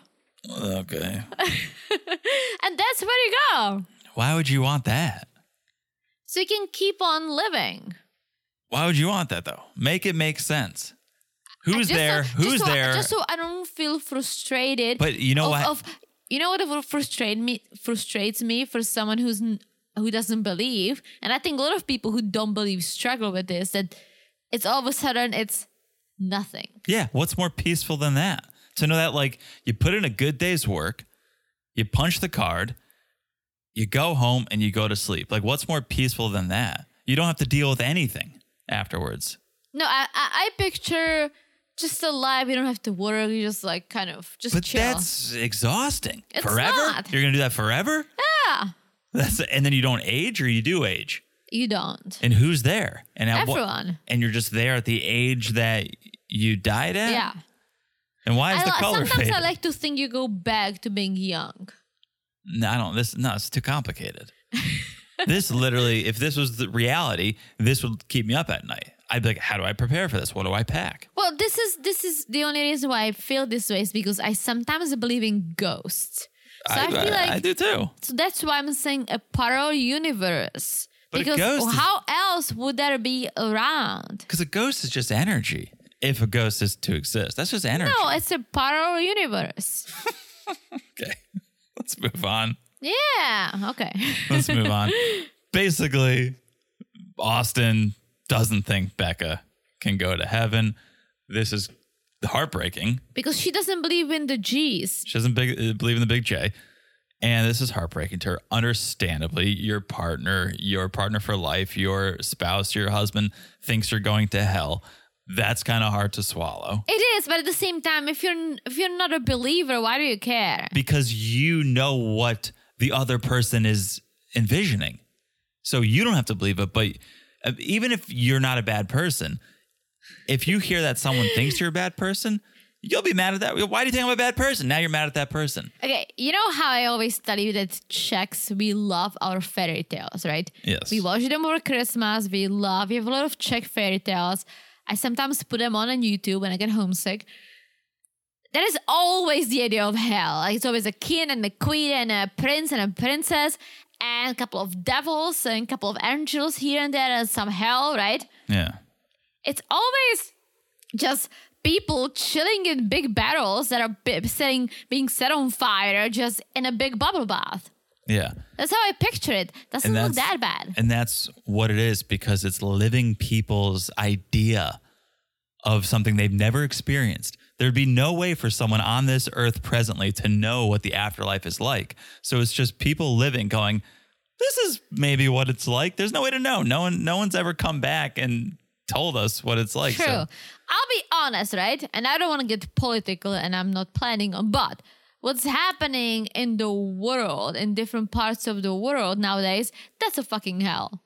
Okay.
And that's where you go.
Why would you want that?
So you can keep on living.
Why would you want that though? Make it make sense. Who's
Just so-
there?
just
Who's
so I-
there?
just so I don't feel frustrated.
But you know
of,
what?
Of, you know what would frustrate me? Frustrates me for someone who's n- who doesn't believe, and I think a lot of people who don't believe struggle with this. That it's all of a sudden it's nothing.
Yeah, what's more peaceful than that? to know that like you put in a good day's work, you punch the card, you go home and you go to sleep. Like what's more peaceful than that? You don't have to deal with anything afterwards.
No, I, I, I picture just a life. You don't have to work. You just like kind of just
But
chill.
that's exhausting.
It's
forever?
not.
You're gonna do that forever?
yeah,
That's and then you don't age or you do age.
you don't.
And who's there? And at what-
Everyone.
and you're just there at the age that you died at.
Yeah.
And why is
I,
the
li-
color
sometimes
faded?
I like to think you go back to being young.
no, I don't. This no, it's too complicated. this literally, if this was the reality, this would keep me up at night. I'd be like, how do I prepare for this? What do I pack?
Well, this is this is the only reason why I feel this way is because I sometimes believe in ghosts. So I, feel like
I do too.
so that's why I'm saying a parallel universe.
But a
because
ghost is-
how else would there be around?
Because a ghost is just energy. If a ghost is to exist, that's just energy.
No, it's a parallel universe.
Okay, let's move on.
Yeah. Okay.
Let's move on. Basically, Austin doesn't think Becca can go to heaven. This is heartbreaking.
because she doesn't believe in the G's.
She doesn't big, uh, believe in the big J. And this is heartbreaking to her. Understandably, your partner, your partner for life, your spouse, your husband thinks you're going to hell. That's kind of hard to swallow
It is, but at the same time, if you're n- if you're not a believer, why do you care?
because you know what the other person is envisioning. So you don't have to believe it. But uh, even if you're not a bad person, if you hear that someone thinks you're a bad person, you'll be mad at that. Why do you think I'm a bad person? Now you're mad at that person.
Okay, you know how I always tell you that Czechs, we love our fairy tales, right?
Yes.
We watch them over Christmas. We love, we have a lot of Czech fairy tales. I sometimes put them on on YouTube when I get homesick. That is always the idea of hell. Like it's always a king and a queen and a prince and a princess and a couple of devils and a couple of angels here and there and some hell, right?
Yeah.
it's always just people chilling in big barrels that are bi- setting, being set on fire just in a big bubble bath.
Yeah.
That's how I picture it. Doesn't look that bad.
And that's what it is because it's living people's idea of something they've never experienced. There'd be no way for someone on this earth presently to know what the afterlife is like. So it's just people living going, this is maybe what it's like. There's no way to know. No one no one's ever come back and told us what it's like.
True.
So
I'll be honest, right? And I don't want to get political and I'm not planning on, but what's happening in the world, in different parts of the world nowadays, that's a fucking hell.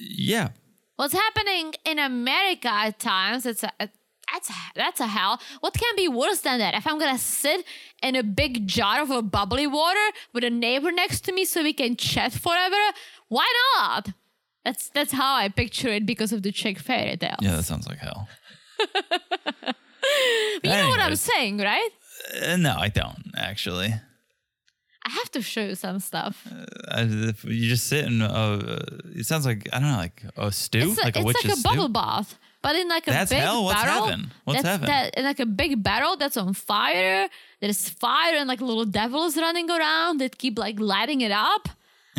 yeah.
What's happening in America at times? It's a, that's that's a hell. What can be worse than that? If I'm gonna sit in a big jar of a bubbly water with a neighbor next to me so we can chat forever, why not? That's that's how I picture it because of the Czech fairy tale.
Yeah, that sounds like hell.
you know what I'm
Anyways,
saying, right?
uh, no, I don't actually.
I have to show you some stuff.
I, Uh, if you just sit in a, uh, it sounds like I don't know, like a stew,
It's
like
like
a
it's
witch's
like a
stew.
bubble bath, but in like a
That's
big
hell? What's
barrel.
heaven? What's
that's
heaven?
That, in like a big barrel that's on fire. There's fire and like little devils running around that keep like lighting it up.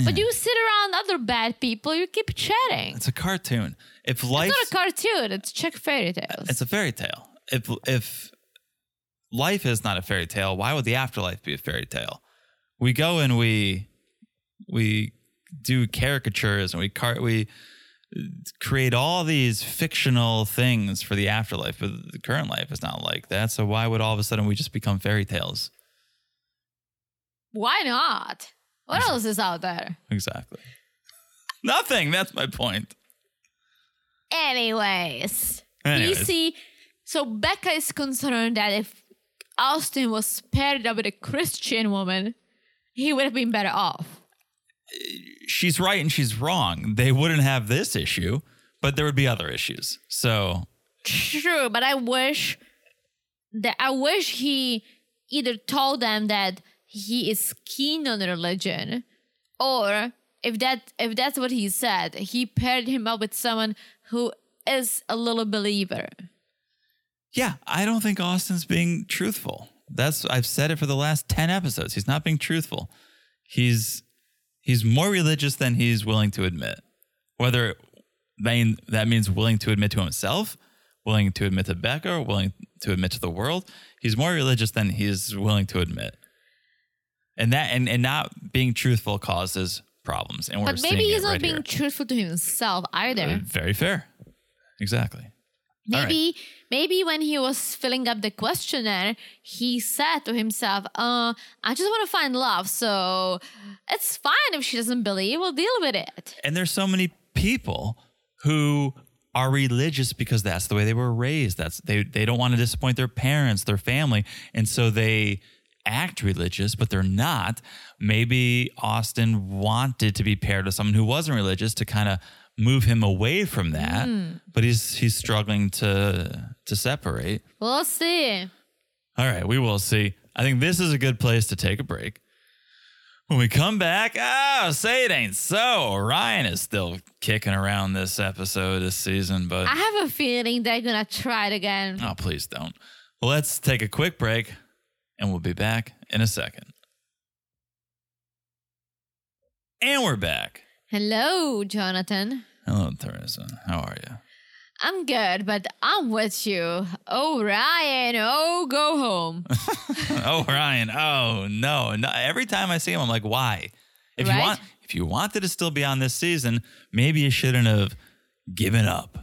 But you sit around other bad people. You keep chatting.
It's a cartoon. If life,
It's not a cartoon. It's Czech fairy tales.
it's a fairy tale. If if life is not a fairy tale, why would the afterlife be a fairy tale? We go and we we do caricatures and we car we uh, create all these fictional things for the afterlife, but the current life is not like that. So why would all of a sudden we just become fairy tales?
Why not? What else is out there?
Exactly. Nothing. That's my point.
Anyways, you
Anyways.
see, so Becca is concerned that if Austin was paired up with a Christian woman, he would have been better off.
she's right and she's wrong. They wouldn't have this issue, but there would be other issues. So
True, but I wish that I wish he either told them that he is keen on religion, or if that if that's what he said, he paired him up with someone who is a little believer.
yeah, I don't think Austin's being truthful. That's I've said it for the last 10 episodes. He's not being truthful. He's he's more religious than he's willing to admit. Whether it mean that means willing to admit to himself willing to admit to Becca, willing to admit to the world. He's more religious than he's willing to admit. And that and, and not being truthful causes problems. And we're
But maybe
seeing
he's
it
not
right
being
here.
truthful to himself either.
Very fair. Exactly. right.
Maybe maybe when he was filling up the questionnaire, he said to himself, uh, I just want to find love, so it's fine if she doesn't believe, we'll deal with it.
And there's so many people who are religious because that's the way they were raised. That's they they don't want to disappoint their parents, their family, and so they act religious, but they're not. Maybe Austin wanted to be paired with someone who wasn't religious to kind of move him away from that, but he's he's struggling to to separate.
We'll see.
All right, we will see. I think this is a good place to take a break. When we come back, oh, say it ain't so. Ryan is still kicking around this episode this season, but
I have a feeling they're gonna try it again.
oh, please don't. Let's take a quick break and we'll be back in a second. And we're back.
Hello, Jonathan.
Hello, Theresa. How are you?
I'm good, but I'm with you. Oh, Ryan, oh, go home.
oh Ryan, oh no, no! Every time I see him, I'm like, why? If you
Right?
want, if you wanted to still be on this season, maybe you shouldn't have given up.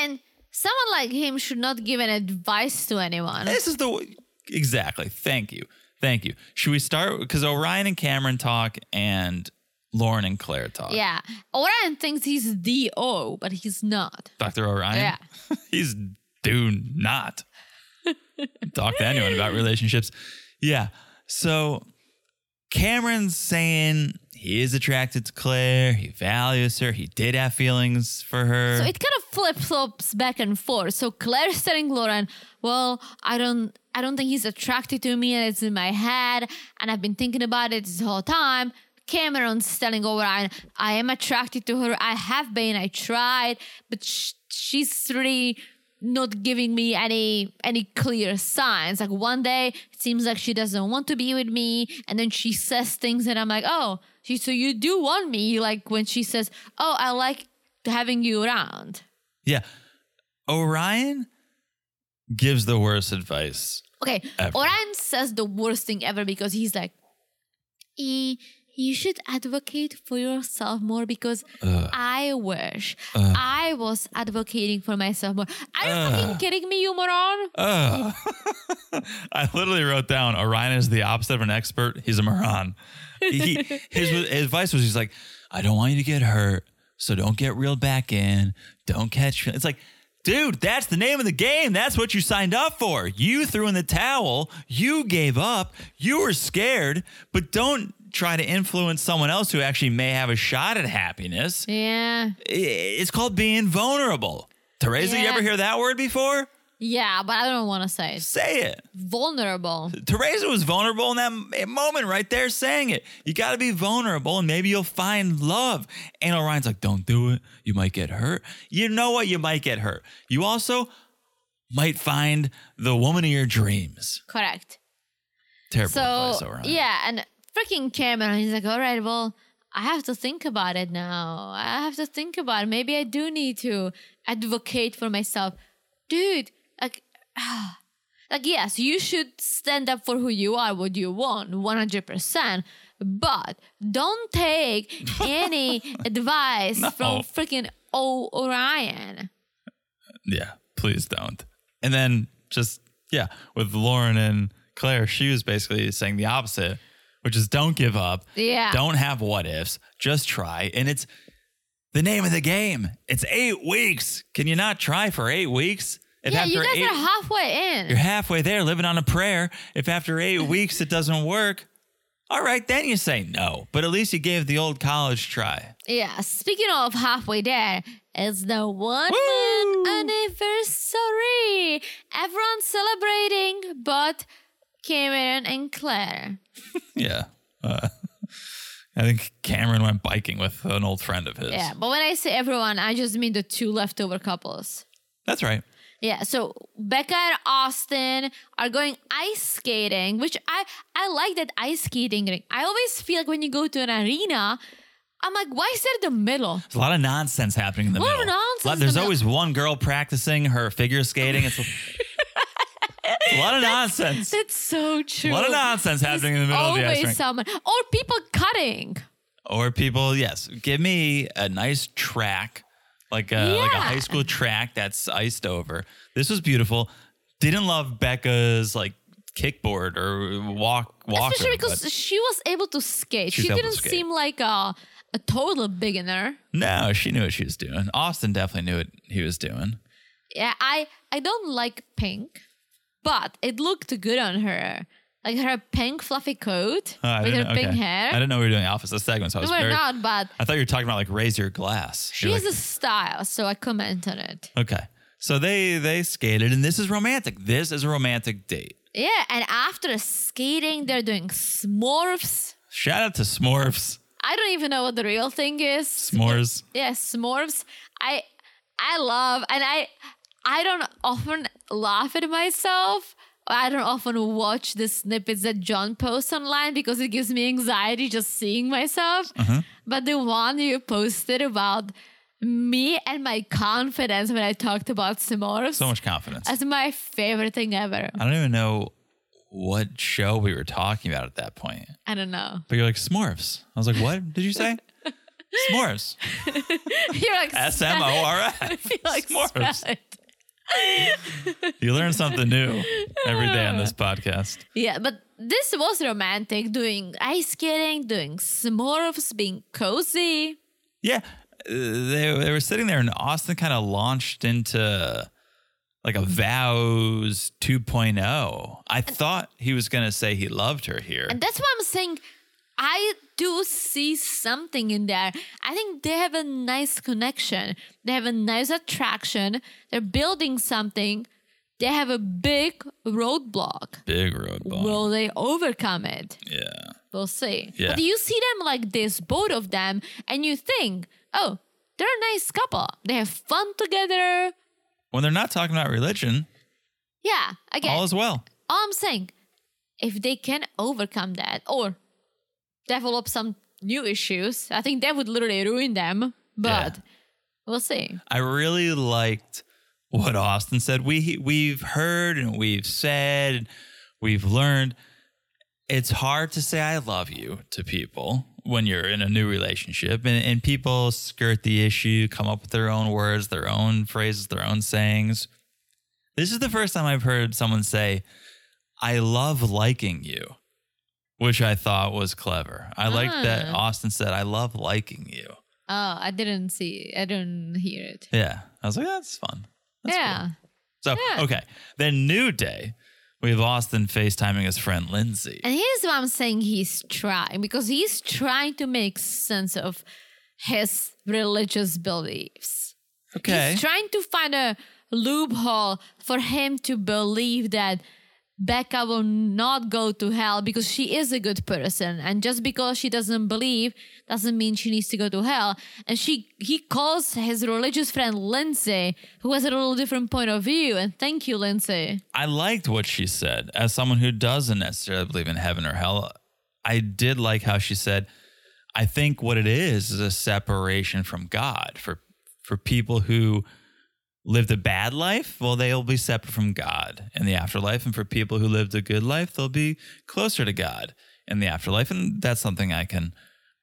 and someone like him should not give an advice to anyone.
This is the exactly. Thank you, thank you. Should we start? Because Orion and Cameron talk, and Lauren and Claire talk.
Yeah. Orion thinks he's the O, but he's not.
Doctor Orion.
Yeah.
he's do not talk to anyone about relationships. Yeah. So Cameron's saying he is attracted to Claire. He values her. He did have feelings for her.
So it kind of flip flops back and forth. So Claire's telling Lauren, "Well, I don't, I don't think he's attracted to me, and it's in my head, and I've been thinking about it this whole time." Cameron's telling Orion, "I am attracted to her. I have been. I tried, but sh- she's really not giving me any any clear signs. Like one day it seems like she doesn't want to be with me, and then she says things, and I'm like, oh." She, so you do want me like when she says oh i like having you around.
yeah. Orion gives the worst advice.
Okay,
Ever.
Oran says the worst thing ever because he's like, "Eh, you should advocate for yourself more because I wish I was advocating for myself more. Are you fucking kidding me, you moron?
Ugh. I literally wrote down Orion is the opposite of an expert. He's a moron. He, his, his advice was he's like, I don't want you to get hurt, so don't get reeled back in. Don't catch. It's like, dude, that's the name of the game. That's what you signed up for. You threw in the towel. You gave up. You were scared, but don't try to influence someone else who actually may have a shot at happiness.
yeah,
I- It's called being vulnerable. Teresa, you
Yeah.
ever hear that word before?
yeah, but I don't want to say it.
Say it.
Vulnerable.
Teresa was vulnerable in that m- eh, moment right there saying it. You got to be vulnerable and maybe you'll find love. And Orion's like, don't do it. You might get hurt. You know what? You might get hurt. You also might find the woman of your dreams.
Correct.
Terrible
So
advice, Orion.
yeah, and freaking Cameron, he's like, all right, well, I have to think about it now. I have to think about it. Maybe I do need to advocate for myself, dude. Like, like yes, you should stand up for who you are, what you want, one hundred percent. But don't take any advice from freaking O Orion.
Yeah, please don't. And then just, yeah, with Lauren and Claire, she was basically saying the opposite, which is don't give up.
Yeah.
Don't have what ifs. Just try. And it's the name of the game. It's eight weeks. Can you not try for eight weeks? If
Yeah, you guys
eight,
are halfway in.
you're halfway there living on a prayer. If after eight weeks it doesn't work, all right, then you say no. But at least you gave the old college try.
Yeah, speaking of halfway there, it's the one
Woo!
anniversary. Everyone's celebrating but Cameron and Claire.
Yeah. Uh, I think Cameron went biking with an old friend of his.
Yeah, but when I say everyone, I just mean the two leftover couples.
That's right.
Yeah, so Becca and Austin are going ice skating, which I I like that ice skating ring. I always feel like when you go to an arena, I'm like, why is there the middle?
There's a lot of nonsense happening in the
What
middle.
What's
lot-
this
there's
about?
always one girl practicing her figure skating. It's a, a lot of nonsense.
That's so true.
A lot of nonsense happening in the middle of the ice
Always
rink.
someone or people cutting.
Or people, yes, give me a nice track, like a like a
Yeah.
high school track that's iced over. This was beautiful. Didn't love Becca's like kickboard or walk walker.
Especially
but-
because she was able to skate.
She's
she
able to
didn't
skate.
seem like a, a total beginner.
no, she knew what she was doing. Austin definitely knew what he was doing.
Yeah, I I don't like pink, but it looked good on her. Like her pink fluffy coat
Oh, I
with her
didn't-
pink
okay. I
hair.
didn't know we were doing Office of Segments. So I
No,
was
we're
very,
not, but
I thought you were talking about like raise your glass.
she
You're
has
like,
a style, so I comment on it.
Okay. So they they skated and this is romantic. This is a romantic date.
Yeah, and after skating, they're doing s'mores.
Shout out to Smorfs.
I don't even know what the real thing is.
S'mores.
Yeah, s'mores. I I love and I I don't often laugh at myself. I don't often watch the snippets that John posts online because it gives me anxiety just seeing myself.
Mm-hmm.
But the one you posted about me and my confidence when I talked about s'mores
So much confidence.
as my favorite thing ever.
I don't even know what show we were talking about at that point.
I don't know.
But you're like Smorfs. I was like, what did you say? Smorfs.
You're like
S M O R F.
You're like
S'mores.
Smurfs.
You learn something new every day on this podcast.
Yeah, but this was romantic. Doing ice skating, doing s'mores, being cozy.
Yeah, uh, they they were sitting there, and Austin kind of launched into like a vows 2.0. I thought he was gonna say he loved her here.
And that's why I'm saying I do see something in there. I think they have a nice connection. They have a nice attraction. They're building something. They have a big roadblock.
Big road bump.
Will they overcome it?
yeah,
We'll see.
Yeah.
But you see them like this, both of them, and you think, oh, they're a nice couple. They have fun together.
when they're not talking about religion,
Yeah, again,
all
all,
is well.
I'm saying, if they can overcome that or develop some new issues, I think that would literally ruin them. But
Yeah.
we'll see.
I really liked what Austin said. We we've heard and we've said, and we've learned. It's hard to say I love you to people when you're in a new relationship, and, and people skirt the issue, come up with their own words, their own phrases, their own sayings. This is the first time I've heard someone say, "I love liking you," which I thought was clever. I like that Austin said, "I love liking you."
Oh, I didn't see. I didn't hear it.
Yeah, I was like, "That's fun."
yeah.
So
Yeah.
okay, then New Day, we have Austin FaceTiming his friend Lindsay.
And here's why I'm saying he's trying because he's trying to make sense of his religious beliefs.
Okay,
He's trying to find a loophole for him to believe that Becca will not go to hell because she is a good person and just because she doesn't believe doesn't mean she needs to go to hell and she he calls his religious friend Lindsay who has a little different point of view and thank you Lindsay
I liked what she said as someone who doesn't necessarily believe in heaven or hell. I did like how she said, "I think what it is is a separation from God for for people who." Lived a bad life, well, they'll be separate from God in the afterlife. And for people who lived a good life, they'll be closer to God in the afterlife. And that's something I can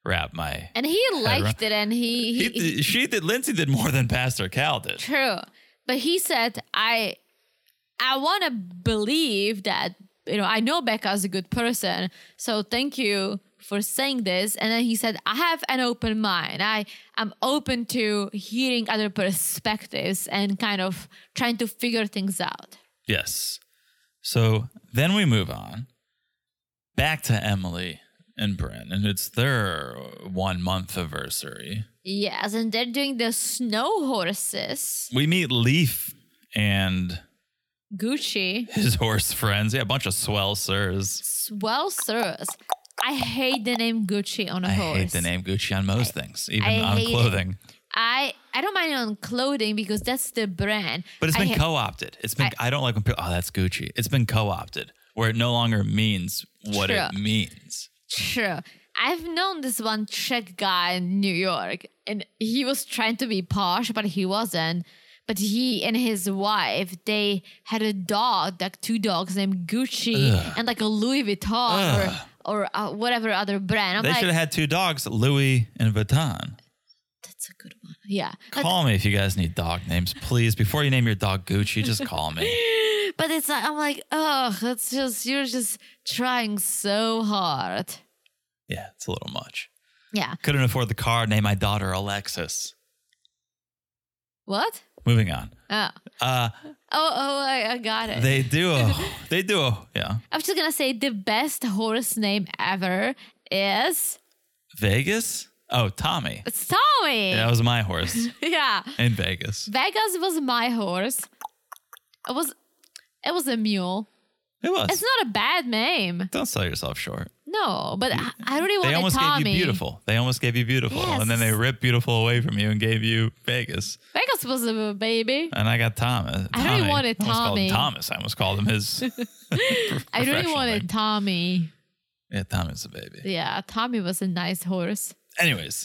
wrap my
and he liked it and he,
He, did- she did. Lindsay did more than Pastor Cal did.
True. But he said, I I wanna believe that, you know, I know Becca's a good person. So thank you for saying this. And then he said, I have an open mind. I I'm open to hearing other perspectives and kind of trying to figure things out.
Yes. So then we move on back to Emily and Brent, and it's their one month anniversary.
Yes, and they're doing the snow horses.
We meet Leaf and
Gucci.
his horse friends. Yeah, a bunch of swell sirs.
Swell sirs. I hate the name Gucci on a
I
horse.
hate the name Gucci on most things, even
I
on
hate it.
clothing.
I I don't mind on clothing because that's the brand.
But it's
I
been
ha-
co-opted. It's been. I, don't like when people. Oh, that's Gucci. It's been co-opted, where it no longer means what it
True.
means.
true. I've known this one Czech guy in New York, and he was trying to be posh, but he wasn't. But he and his wife, they had a dog, like two dogs named Gucci and like a Louis Vuitton or, or uh, whatever other brand. I'm
They
like,
should have had two dogs, Louis and Vuitton.
that's a good one. Yeah. Like,
Call me if you guys need dog names, please. Before you name your dog Gucci, just call me.
But it's like I'm like, oh, that's just you're just trying so hard.
Yeah, it's a little much.
Yeah.
Couldn't afford the car. Name my daughter Alexis.
What?
Moving on.
Oh.
Uh,
Oh, oh, I, I got it.
they do a, they do a, yeah.
I'm just gonna say the best horse name ever is
Vegas? Oh, Tommy.
it's Tommy.
Yeah, that was my horse
yeah.
in Vegas.
Vegas was my horse. It was it was a mule.
It was.
It's not a bad name.
Don't sell yourself short.
No, but I, I really
They
wanted
almost
Tommy.
gave you beautiful. They almost gave you beautiful, and then they
Yes.
ripped beautiful away from you and gave you Vegas.
Vegas was a baby.
And I got Thomas.
I really wanted
I almost called him
Tommy.
Thomas. I almost called him his.
I really
professional
wanted
name.
Tommy.
Yeah, Tommy's a baby.
Yeah, Tommy was a nice horse.
Anyways,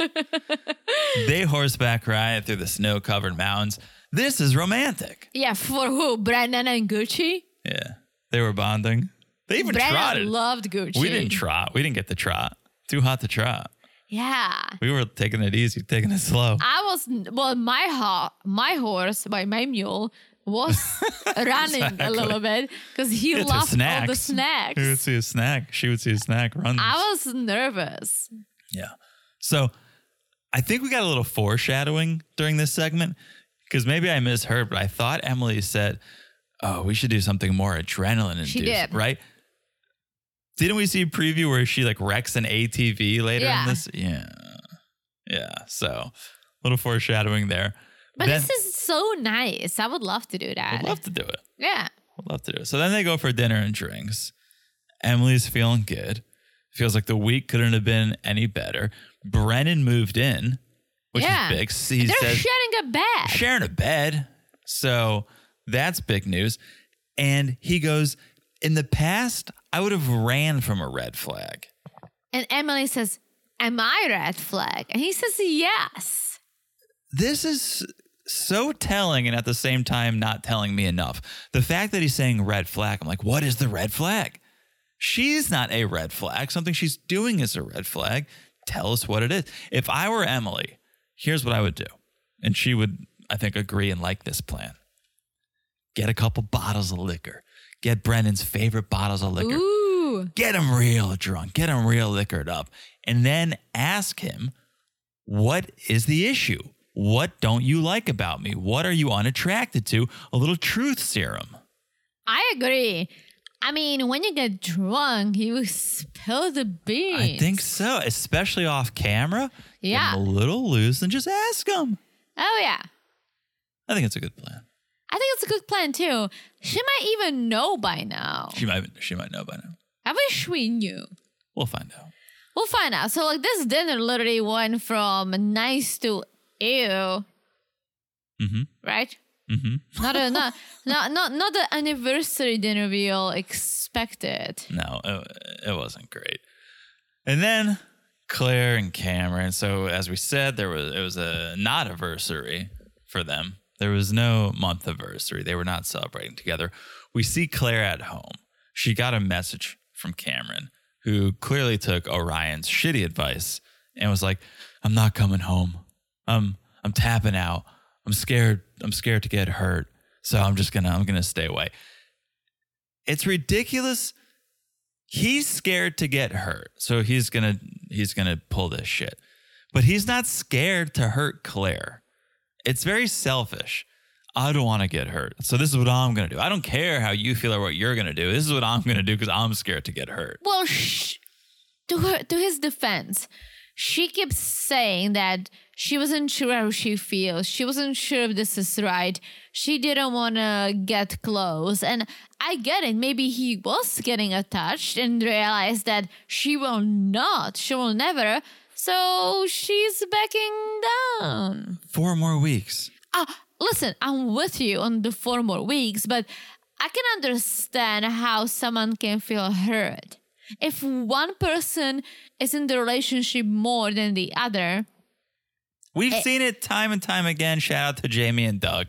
they horseback ride through the snow covered mountains. This is romantic.
Yeah, for who? Brennan and Gucci.
Yeah. They were bonding. They even
Brennan
trotted.
loved Gucci.
we didn't trot. We didn't get to trot. Too hot to trot.
Yeah.
We were taking it easy, taking it slow.
I was well. My ho- my horse, my my mule was running a little bit because he
It's a
loved all the
snacks.
snacks.
He would see a snack. She would see a snack run.
I was nervous.
yeah. So I think we got a little foreshadowing during this segment because maybe I misheard, but I thought Emily said, oh, we should do something more adrenaline induced,
She did.
right? Didn't we see a preview where she like wrecks an ATV later
Yeah.
in this? Yeah. Yeah. So a little foreshadowing there.
But
Then-
this is so nice. I would love to do that.
I'd love to do it.
yeah.
Would love to do it. So then they go for dinner and drinks. Emily's feeling good. Feels like the week couldn't have been any better. Brennan moved in, which
Yeah.
is big. He
They're
says
sharing a bed.
sharing a bed. So that's big news. And he goes, In the past, I would have ran from a red flag.
and Emily says, "Am I red flag?" And he says, "Yes."
This is so telling and at the same time not telling me enough. The fact that he's saying red flag, I'm like, what is the red flag? She's not a red flag. Something she's doing is a red flag. Tell us what it is. If I were Emily, here's what I would do. And she would, I think, agree and like this plan. Get a couple bottles of liquor. Get Brennan's favorite bottles of liquor
Ooh.
get him real drunk, get him real liquored up, and then ask him, what is the issue? What don't you like about me? What are you unattracted to? A little truth serum.
I agree. I mean, when you get drunk, you spill the beans.
I think so, especially off camera. Get
Yeah.
him a little loose and just ask him.
Oh yeah.
I think it's a good plan.
I think it's a good plan too. She might even know by now.
She might she might know by now.
I wish we knew.
We'll find out.
We'll find out. So like this dinner literally went from nice to ew,
Mm-hmm.
right?
Mm-hmm.
Not a not not not not the anniversary dinner we all expected.
No, it, it wasn't great. And then Claire and Cameron. So as we said, there was it was a not anniversary for them. There was no month anniversary. They were not celebrating together. We see Claire at home. She got a message from Cameron, who clearly took Orion's shitty advice and was like, "I'm not coming home. I'm I'm tapping out. I'm scared. I'm scared to get hurt. So I'm just gonna I'm gonna stay away." It's ridiculous he's scared to get hurt so he's gonna he's gonna pull this shit but he's not scared to hurt claire it's very selfish i don't want to get hurt so this is what i'm gonna do i don't care how you feel or what you're gonna do this is what i'm gonna do because i'm scared to get hurt
Well, sh- to her, to his defense, she keeps saying that she wasn't sure how she feels. She wasn't sure if this is right. She didn't want to get close, and I get it. Maybe he was getting attached and realized that she will not. She will never. So she's backing down.
four more weeks
Uh, listen, I'm with you on the four more weeks, but I can understand how someone can feel hurt. if one person is in the relationship more than the other,
We've seen it time and time again. Shout out to Jamie and Doug,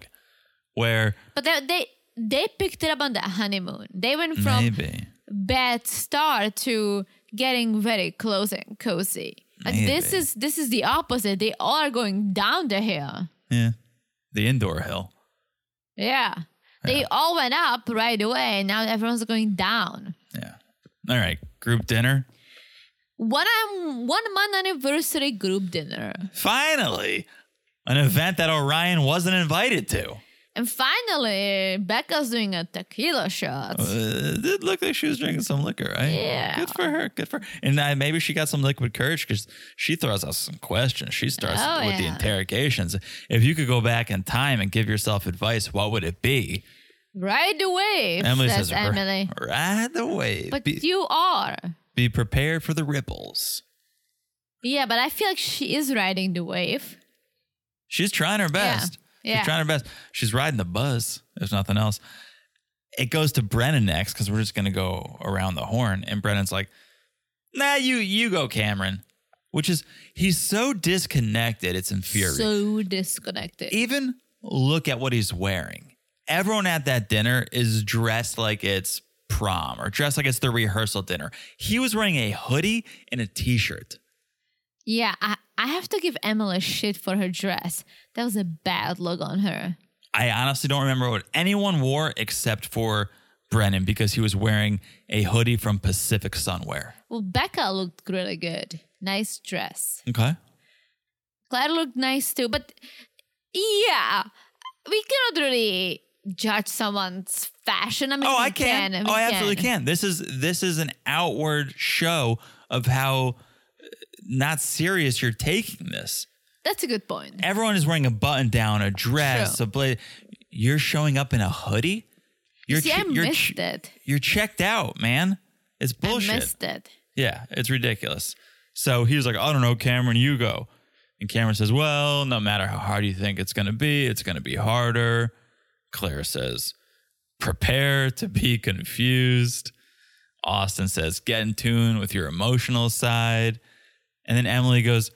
where
but they they, they picked it up on the honeymoon. They went from
maybe
bad start to getting very close and cozy. Like this
Maybe.
is this is the opposite. They all are going down the hill.
yeah, the indoor hill.
Yeah. They all went up right away. Now everyone's going down.
Yeah. All right, group dinner.
One um, one month anniversary group dinner.
Finally, an event that Orion wasn't invited to.
And finally, Becca's doing a tequila shot.
Uh, it did look like she was drinking some liquor, right?
Yeah.
Good for her. Good for her. And uh, maybe she got some liquid courage because she throws out some questions. She starts
Oh,
with the
yeah.
interrogations. If you could go back in time and give yourself advice, what would it be?
Right away,
Emily
says
says, "R-
Emily.
Ride the wave.
But
be,
you are.
be prepared for the ripples.
Yeah, but I feel like she is riding the wave.
She's trying her best.
Yeah.
She's trying her best. She's riding the buzz, if nothing else. It goes to Brennan next because we're just gonna go around the horn. And Brennan's like, nah, you you go, Cameron. Which is he's so disconnected, it's infuriating.
So disconnected.
Even look at what he's wearing. Everyone at that dinner is dressed like it's prom or dressed like it's the rehearsal dinner. He was wearing a hoodie and a t-shirt.
yeah, I, I have to give Emily shit for her dress. That was a bad look on her.
I honestly don't remember what anyone wore except for Brennan because he was wearing a hoodie from Pacific Sunwear.
Well, Becca looked really good. Nice dress.
Okay.
Claire looked nice too, but yeah, we cannot really judge someone's fashion. I mean,
Oh,
we
I can.
we
oh, I absolutely can. This is this is an outward show of how uh, not serious you're taking this.
That's a good point.
Everyone is wearing a button down, a dress,
True.
a blade. You're showing up in a hoodie. You're
See,
che-
I
you're
missed
che-
it.
You're checked out, man. It's bullshit.
I missed it.
Yeah, it's ridiculous. So he was like, I don't know, Cameron, you go. And Cameron says, Well, no matter how hard you think it's going to be, it's going to be harder. Claire says, Prepare to be confused. Austin says, Get in tune with your emotional side. And then Emily goes,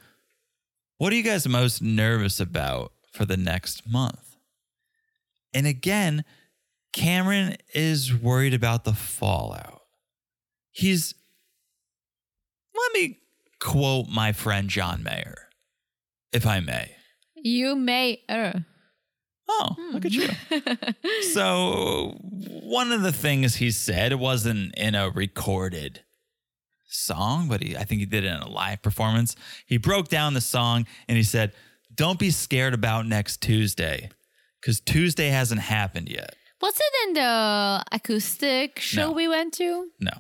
What are you guys most nervous about for the next month? And again, Cameron is worried about the fallout. He's let me quote my friend John Mayer, if I may.
You may uh. err.
Oh, look at you. so, one of the things he said wasn't in a recorded song, but he, I think he did it in a live performance. He broke down the song and he said, Don't be scared about next Tuesday because Tuesday hasn't happened yet.
Was it in the acoustic show
No.
we went to?
No.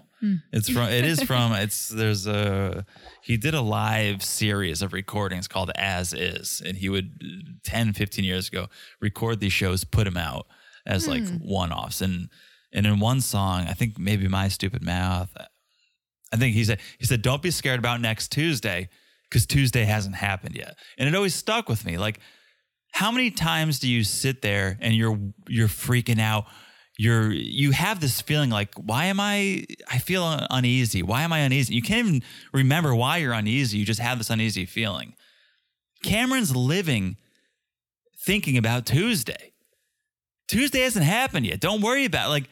It's from it is from it's there's a he did a live series of recordings called As Is and he would 10 15 years ago record these shows put them out as like one-offs and and in one song I think maybe my stupid mouth I think he said he said don't be scared about next Tuesday cuz Tuesday hasn't happened yet and it always stuck with me like how many times do you sit there and you're you're freaking out you're you have this feeling like why am i i feel uneasy why am i uneasy you can't even remember why you're uneasy you just have this uneasy feeling cameron's living thinking about tuesday tuesday hasn't happened yet don't worry about it. like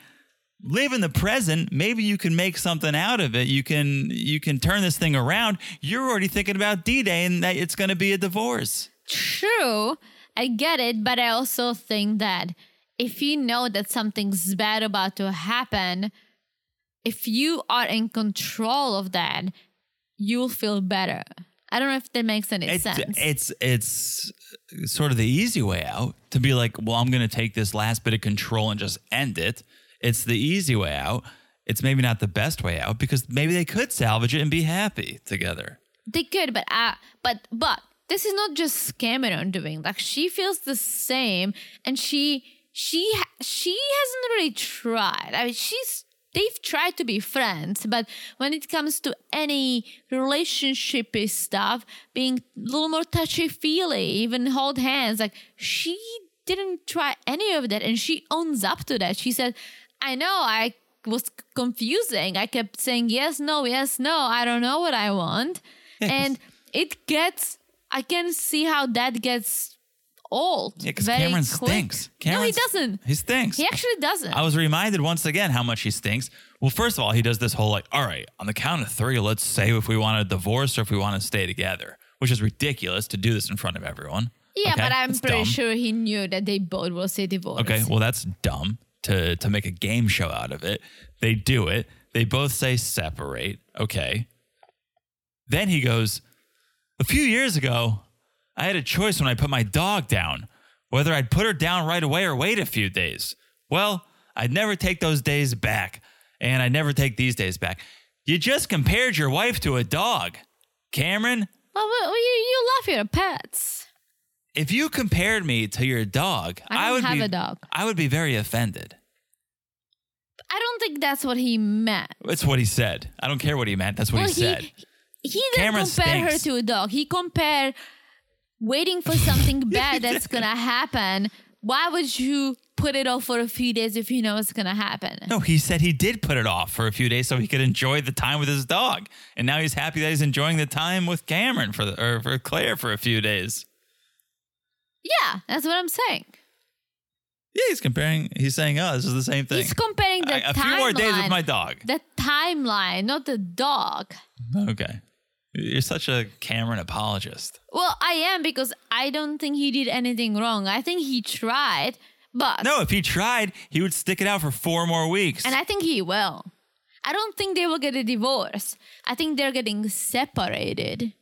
live in the present maybe you can make something out of it you can you can turn this thing around you're already thinking about d-day and that it's going to be a divorce
True, I get it, but I also think that if you know that something's bad about to happen, if you are in control of that, you'll feel better. I don't know if that makes any
It's-
sense.
It's it's sort of the easy way out to be like, well, I'm going to take this last bit of control and just end it. It's the easy way out. It's maybe not the best way out because maybe they could salvage it and be happy together.
they could, but uh, but but this is not just Cameron doing. Like she feels the same, and she she ha- she hasn't really tried. I mean, she's they've tried to be friends, but when it comes to any relationshipy stuff, being a little more touchy feely, even hold hands, like she didn't try any of that, and she owns up to that. She said, "I know I." was confusing. I kept saying yes, no, yes, no. I don't know what I want. And it gets I can see how that gets old.
Yeah, because
very
Cameron
quick.
stinks.
no, he
Cameron's-
doesn't.
He stinks.
He actually doesn't.
I was reminded once again how much he stinks. Well, first of all, he does this whole like, all right, on the count of three, let's say if we want to divorce or if we want to stay together, which is ridiculous to do this in front of everyone.
yeah,
Okay?
but I'm
It's
pretty
dumb.
sure he knew that they both will say divorce.
Okay, well, that's dumb to to make a game show out of it. They do it. They both say separate. Okay. Then he goes, a few years ago, I had a choice when I put my dog down, whether I'd put her down right away or wait a few days. Well, I'd never take those days back, and I'd never take these days back. You just compared your wife to a dog. Cameron,
Well, well, you, you love your pets.
if you compared me to your dog,
I don't
would
have
be,
a dog.
I would be very offended.
I don't think that's what he meant.
That's what he said. I don't care what he meant. That's what
well,
he said.
He, he didn't
Cameron
compare
stinks.
her to a dog. He compared waiting for something bad that's gonna happen. Why would you put it off for a few days if you know it's gonna happen?
No, he said he did put it off for a few days so he could enjoy the time with his dog, and now he's happy that he's enjoying the time with Cameron for the or for Claire for a few days.
Yeah, that's what I'm saying.
Yeah, he's comparing. He's saying, "Oh, this is the same thing."
He's comparing the
A- a
timeline.
few more days with my dog.
The timeline, not the dog.
Okay, you're such a Cameron apologist.
Well, I am because I don't think he did anything wrong. I think he tried, but
No, if he tried, he would stick it out for four more weeks.
And I think he will. I don't think they will get a divorce. I think they're getting separated.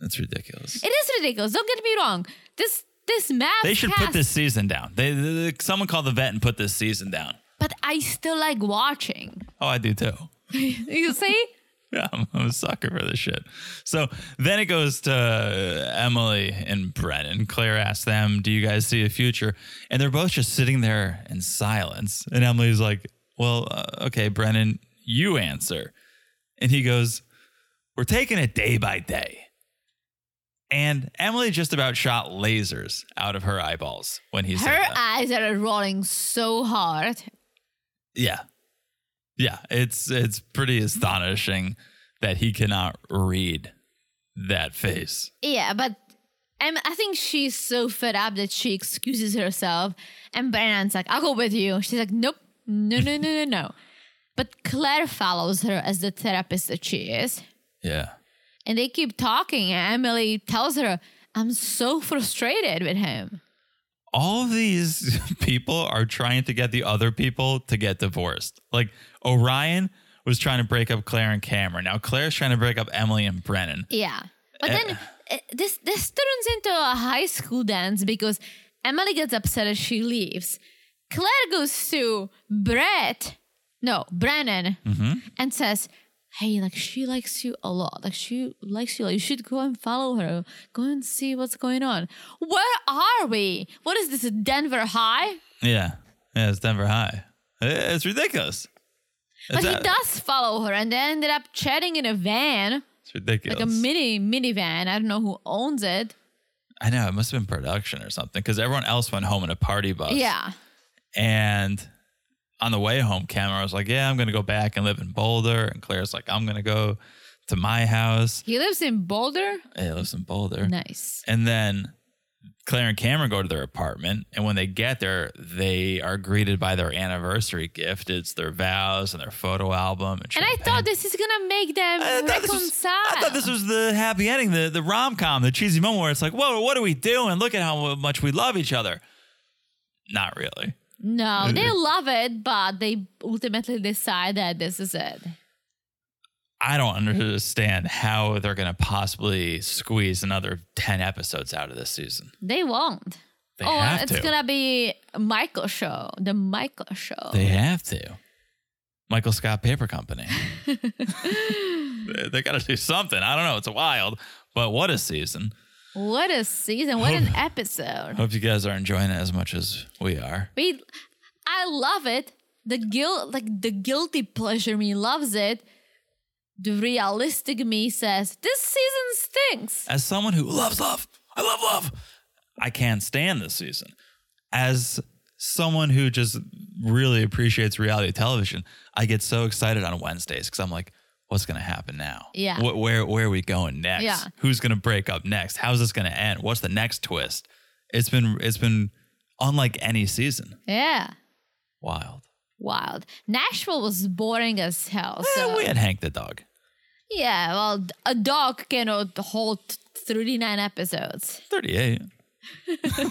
That's ridiculous.
It is ridiculous. Don't get me wrong. This this map.
They should put this season down. They, they, they- someone called the vet and put this season down.
But I still like watching.
Oh, I do too.
You see?
Yeah, I'm, I'm a sucker for this shit. So then it goes to uh, Emily and Brennan. Claire asks them, Do you guys see a future? And they're both just sitting there in silence. And Emily's like, Well, uh, okay, Brennan, you answer. And he goes, We're taking it day by day. And Emily just about shot lasers out of her eyeballs when he said
Her
that.
eyes are rolling so hard.
Yeah. Yeah, it's it's pretty astonishing that he cannot read that face.
Yeah, but um, I think she's so fed up that she excuses herself. And Brennan's like, I'll go with you. She's like, nope, no, no, no, no, no. But Claire follows her as the therapist that she is.
Yeah.
And they keep talking, and Emily tells her, I'm so frustrated with him.
All of these people are trying to get the other people to get divorced. Like Orion was trying to break up Claire and Cameron. Now Claire's trying to break up Emily and Brennan.
Yeah. But then uh, this this turns into a high school dance because Emily gets upset as she leaves. Claire goes to Brett, no, Brennan, and says, Hey, like she likes you a lot. Like she likes you. a lot. You should go and follow her. Go and see what's going on. Where are we? What is this, Denver High?
Yeah. Yeah, it's Denver High. Eh, It's ridiculous.
But
it's,
he
uh,
does follow her, and they ended up chatting in a van,
It's ridiculous.
like a mini minivan. I don't know who owns it.
I know, it must have been production or something because everyone else went home in a party bus.
Yeah,
And on the way home, Cameron was like, Yeah, I'm going to go back and live in Boulder. And Claire's like, I'm going to go to my house.
he lives in Boulder.
Hey, it lives in Boulder.
Nice.
And then Claire and Cameron go to their apartment. And when they get there, they are greeted by their anniversary gift. It's their vows and their photo album. And,
And I
champagne.
thought this is gonna make them
I thought, this
reconcile.
was, I thought this was the happy ending, the, the rom com, the cheesy moment where it's like, whoa, what are we doing? Look at how much we love each other. Not really.
no,
Mm.
they love it, but they ultimately decide that this is it.
I don't understand how they're going to possibly squeeze another 10 episodes out of this season.
They won't.
They
oh,
have
it's
to.
gonna be Michael show, the Michael show.
They have to. Michael Scott Paper Company. they got to do something. I don't know. It's wild, but what a season.
what a season! What an episode!
Hope you guys are enjoying it as much as we are.
We, I love it. The guilt, like the guilty pleasure me loves it. The realistic me says this season stinks.
As someone who loves love, I love love. I can't stand this season. As someone who just really appreciates reality television, I get so excited on Wednesdays because I'm like, what's going to happen now?
Yeah.
Wh- where where are we going next?
Yeah.
Who's going to break up next? How's this going to end? What's the next twist? It's been it's been unlike any season.
Yeah.
Wild.
Wild. Nashville was boring as hell. So.
Eh, we had Hank the dog.
Yeah, well, d- a dog cannot hold 39 episodes.
38. All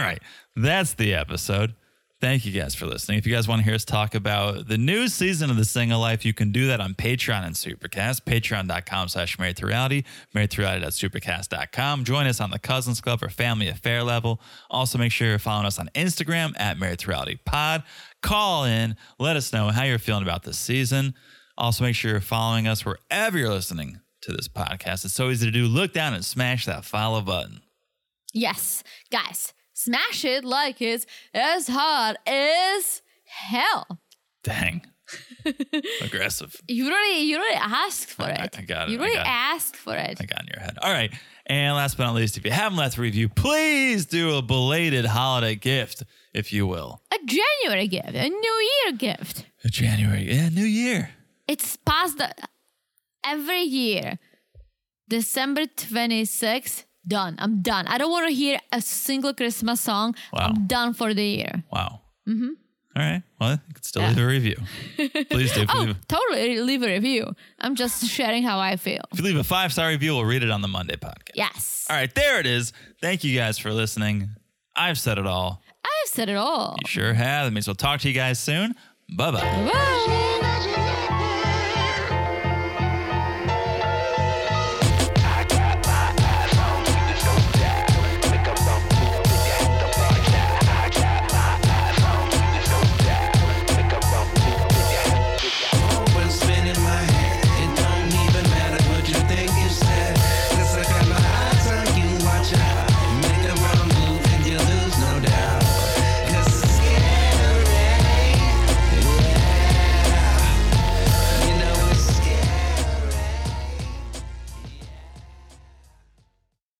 right. That's the episode. Thank you guys for listening. If you guys want to hear us talk about the new season of The Single Life, you can do that on Patreon and Supercast. Patreon.com slash married to reality, married to reality.supercast.com. Join us on the Cousins Club or Family Affair level. Also, make sure you're following us on Instagram at married to reality pod. Call in, let us know how you're feeling about this season. Also, make sure you're following us wherever you're listening to this podcast. It's so easy to do. Look down and smash that follow button.
Yes, guys, smash it like it's as hard as hell.
Dang. Aggressive.
You really, you really asked for
I-
it.
I got it,
You
I
really
got it.
asked for it.
I got in your head. All right. And last but not least, if you haven't left a review, please do a belated holiday gift, if you will.
A January gift, a New Year gift.
January. Yeah, New Year.
It's past the every year, December 26th. Done. I'm done. I don't want to hear a single Christmas song.
Wow.
I'm done for the year.
Wow. Mm-hmm. All right. Well, you could still leave a review. Please do. If you
Oh,
leave-
totally leave a review. I'm just sharing how I feel.
if you leave a five star review, we'll read it on the Monday podcast.
Yes.
All right. There it is. Thank you guys for listening. I've said it all.
I've said it all.
Sure have. That means we'll talk to you guys soon. Bye bye.
Bye.
Imagine,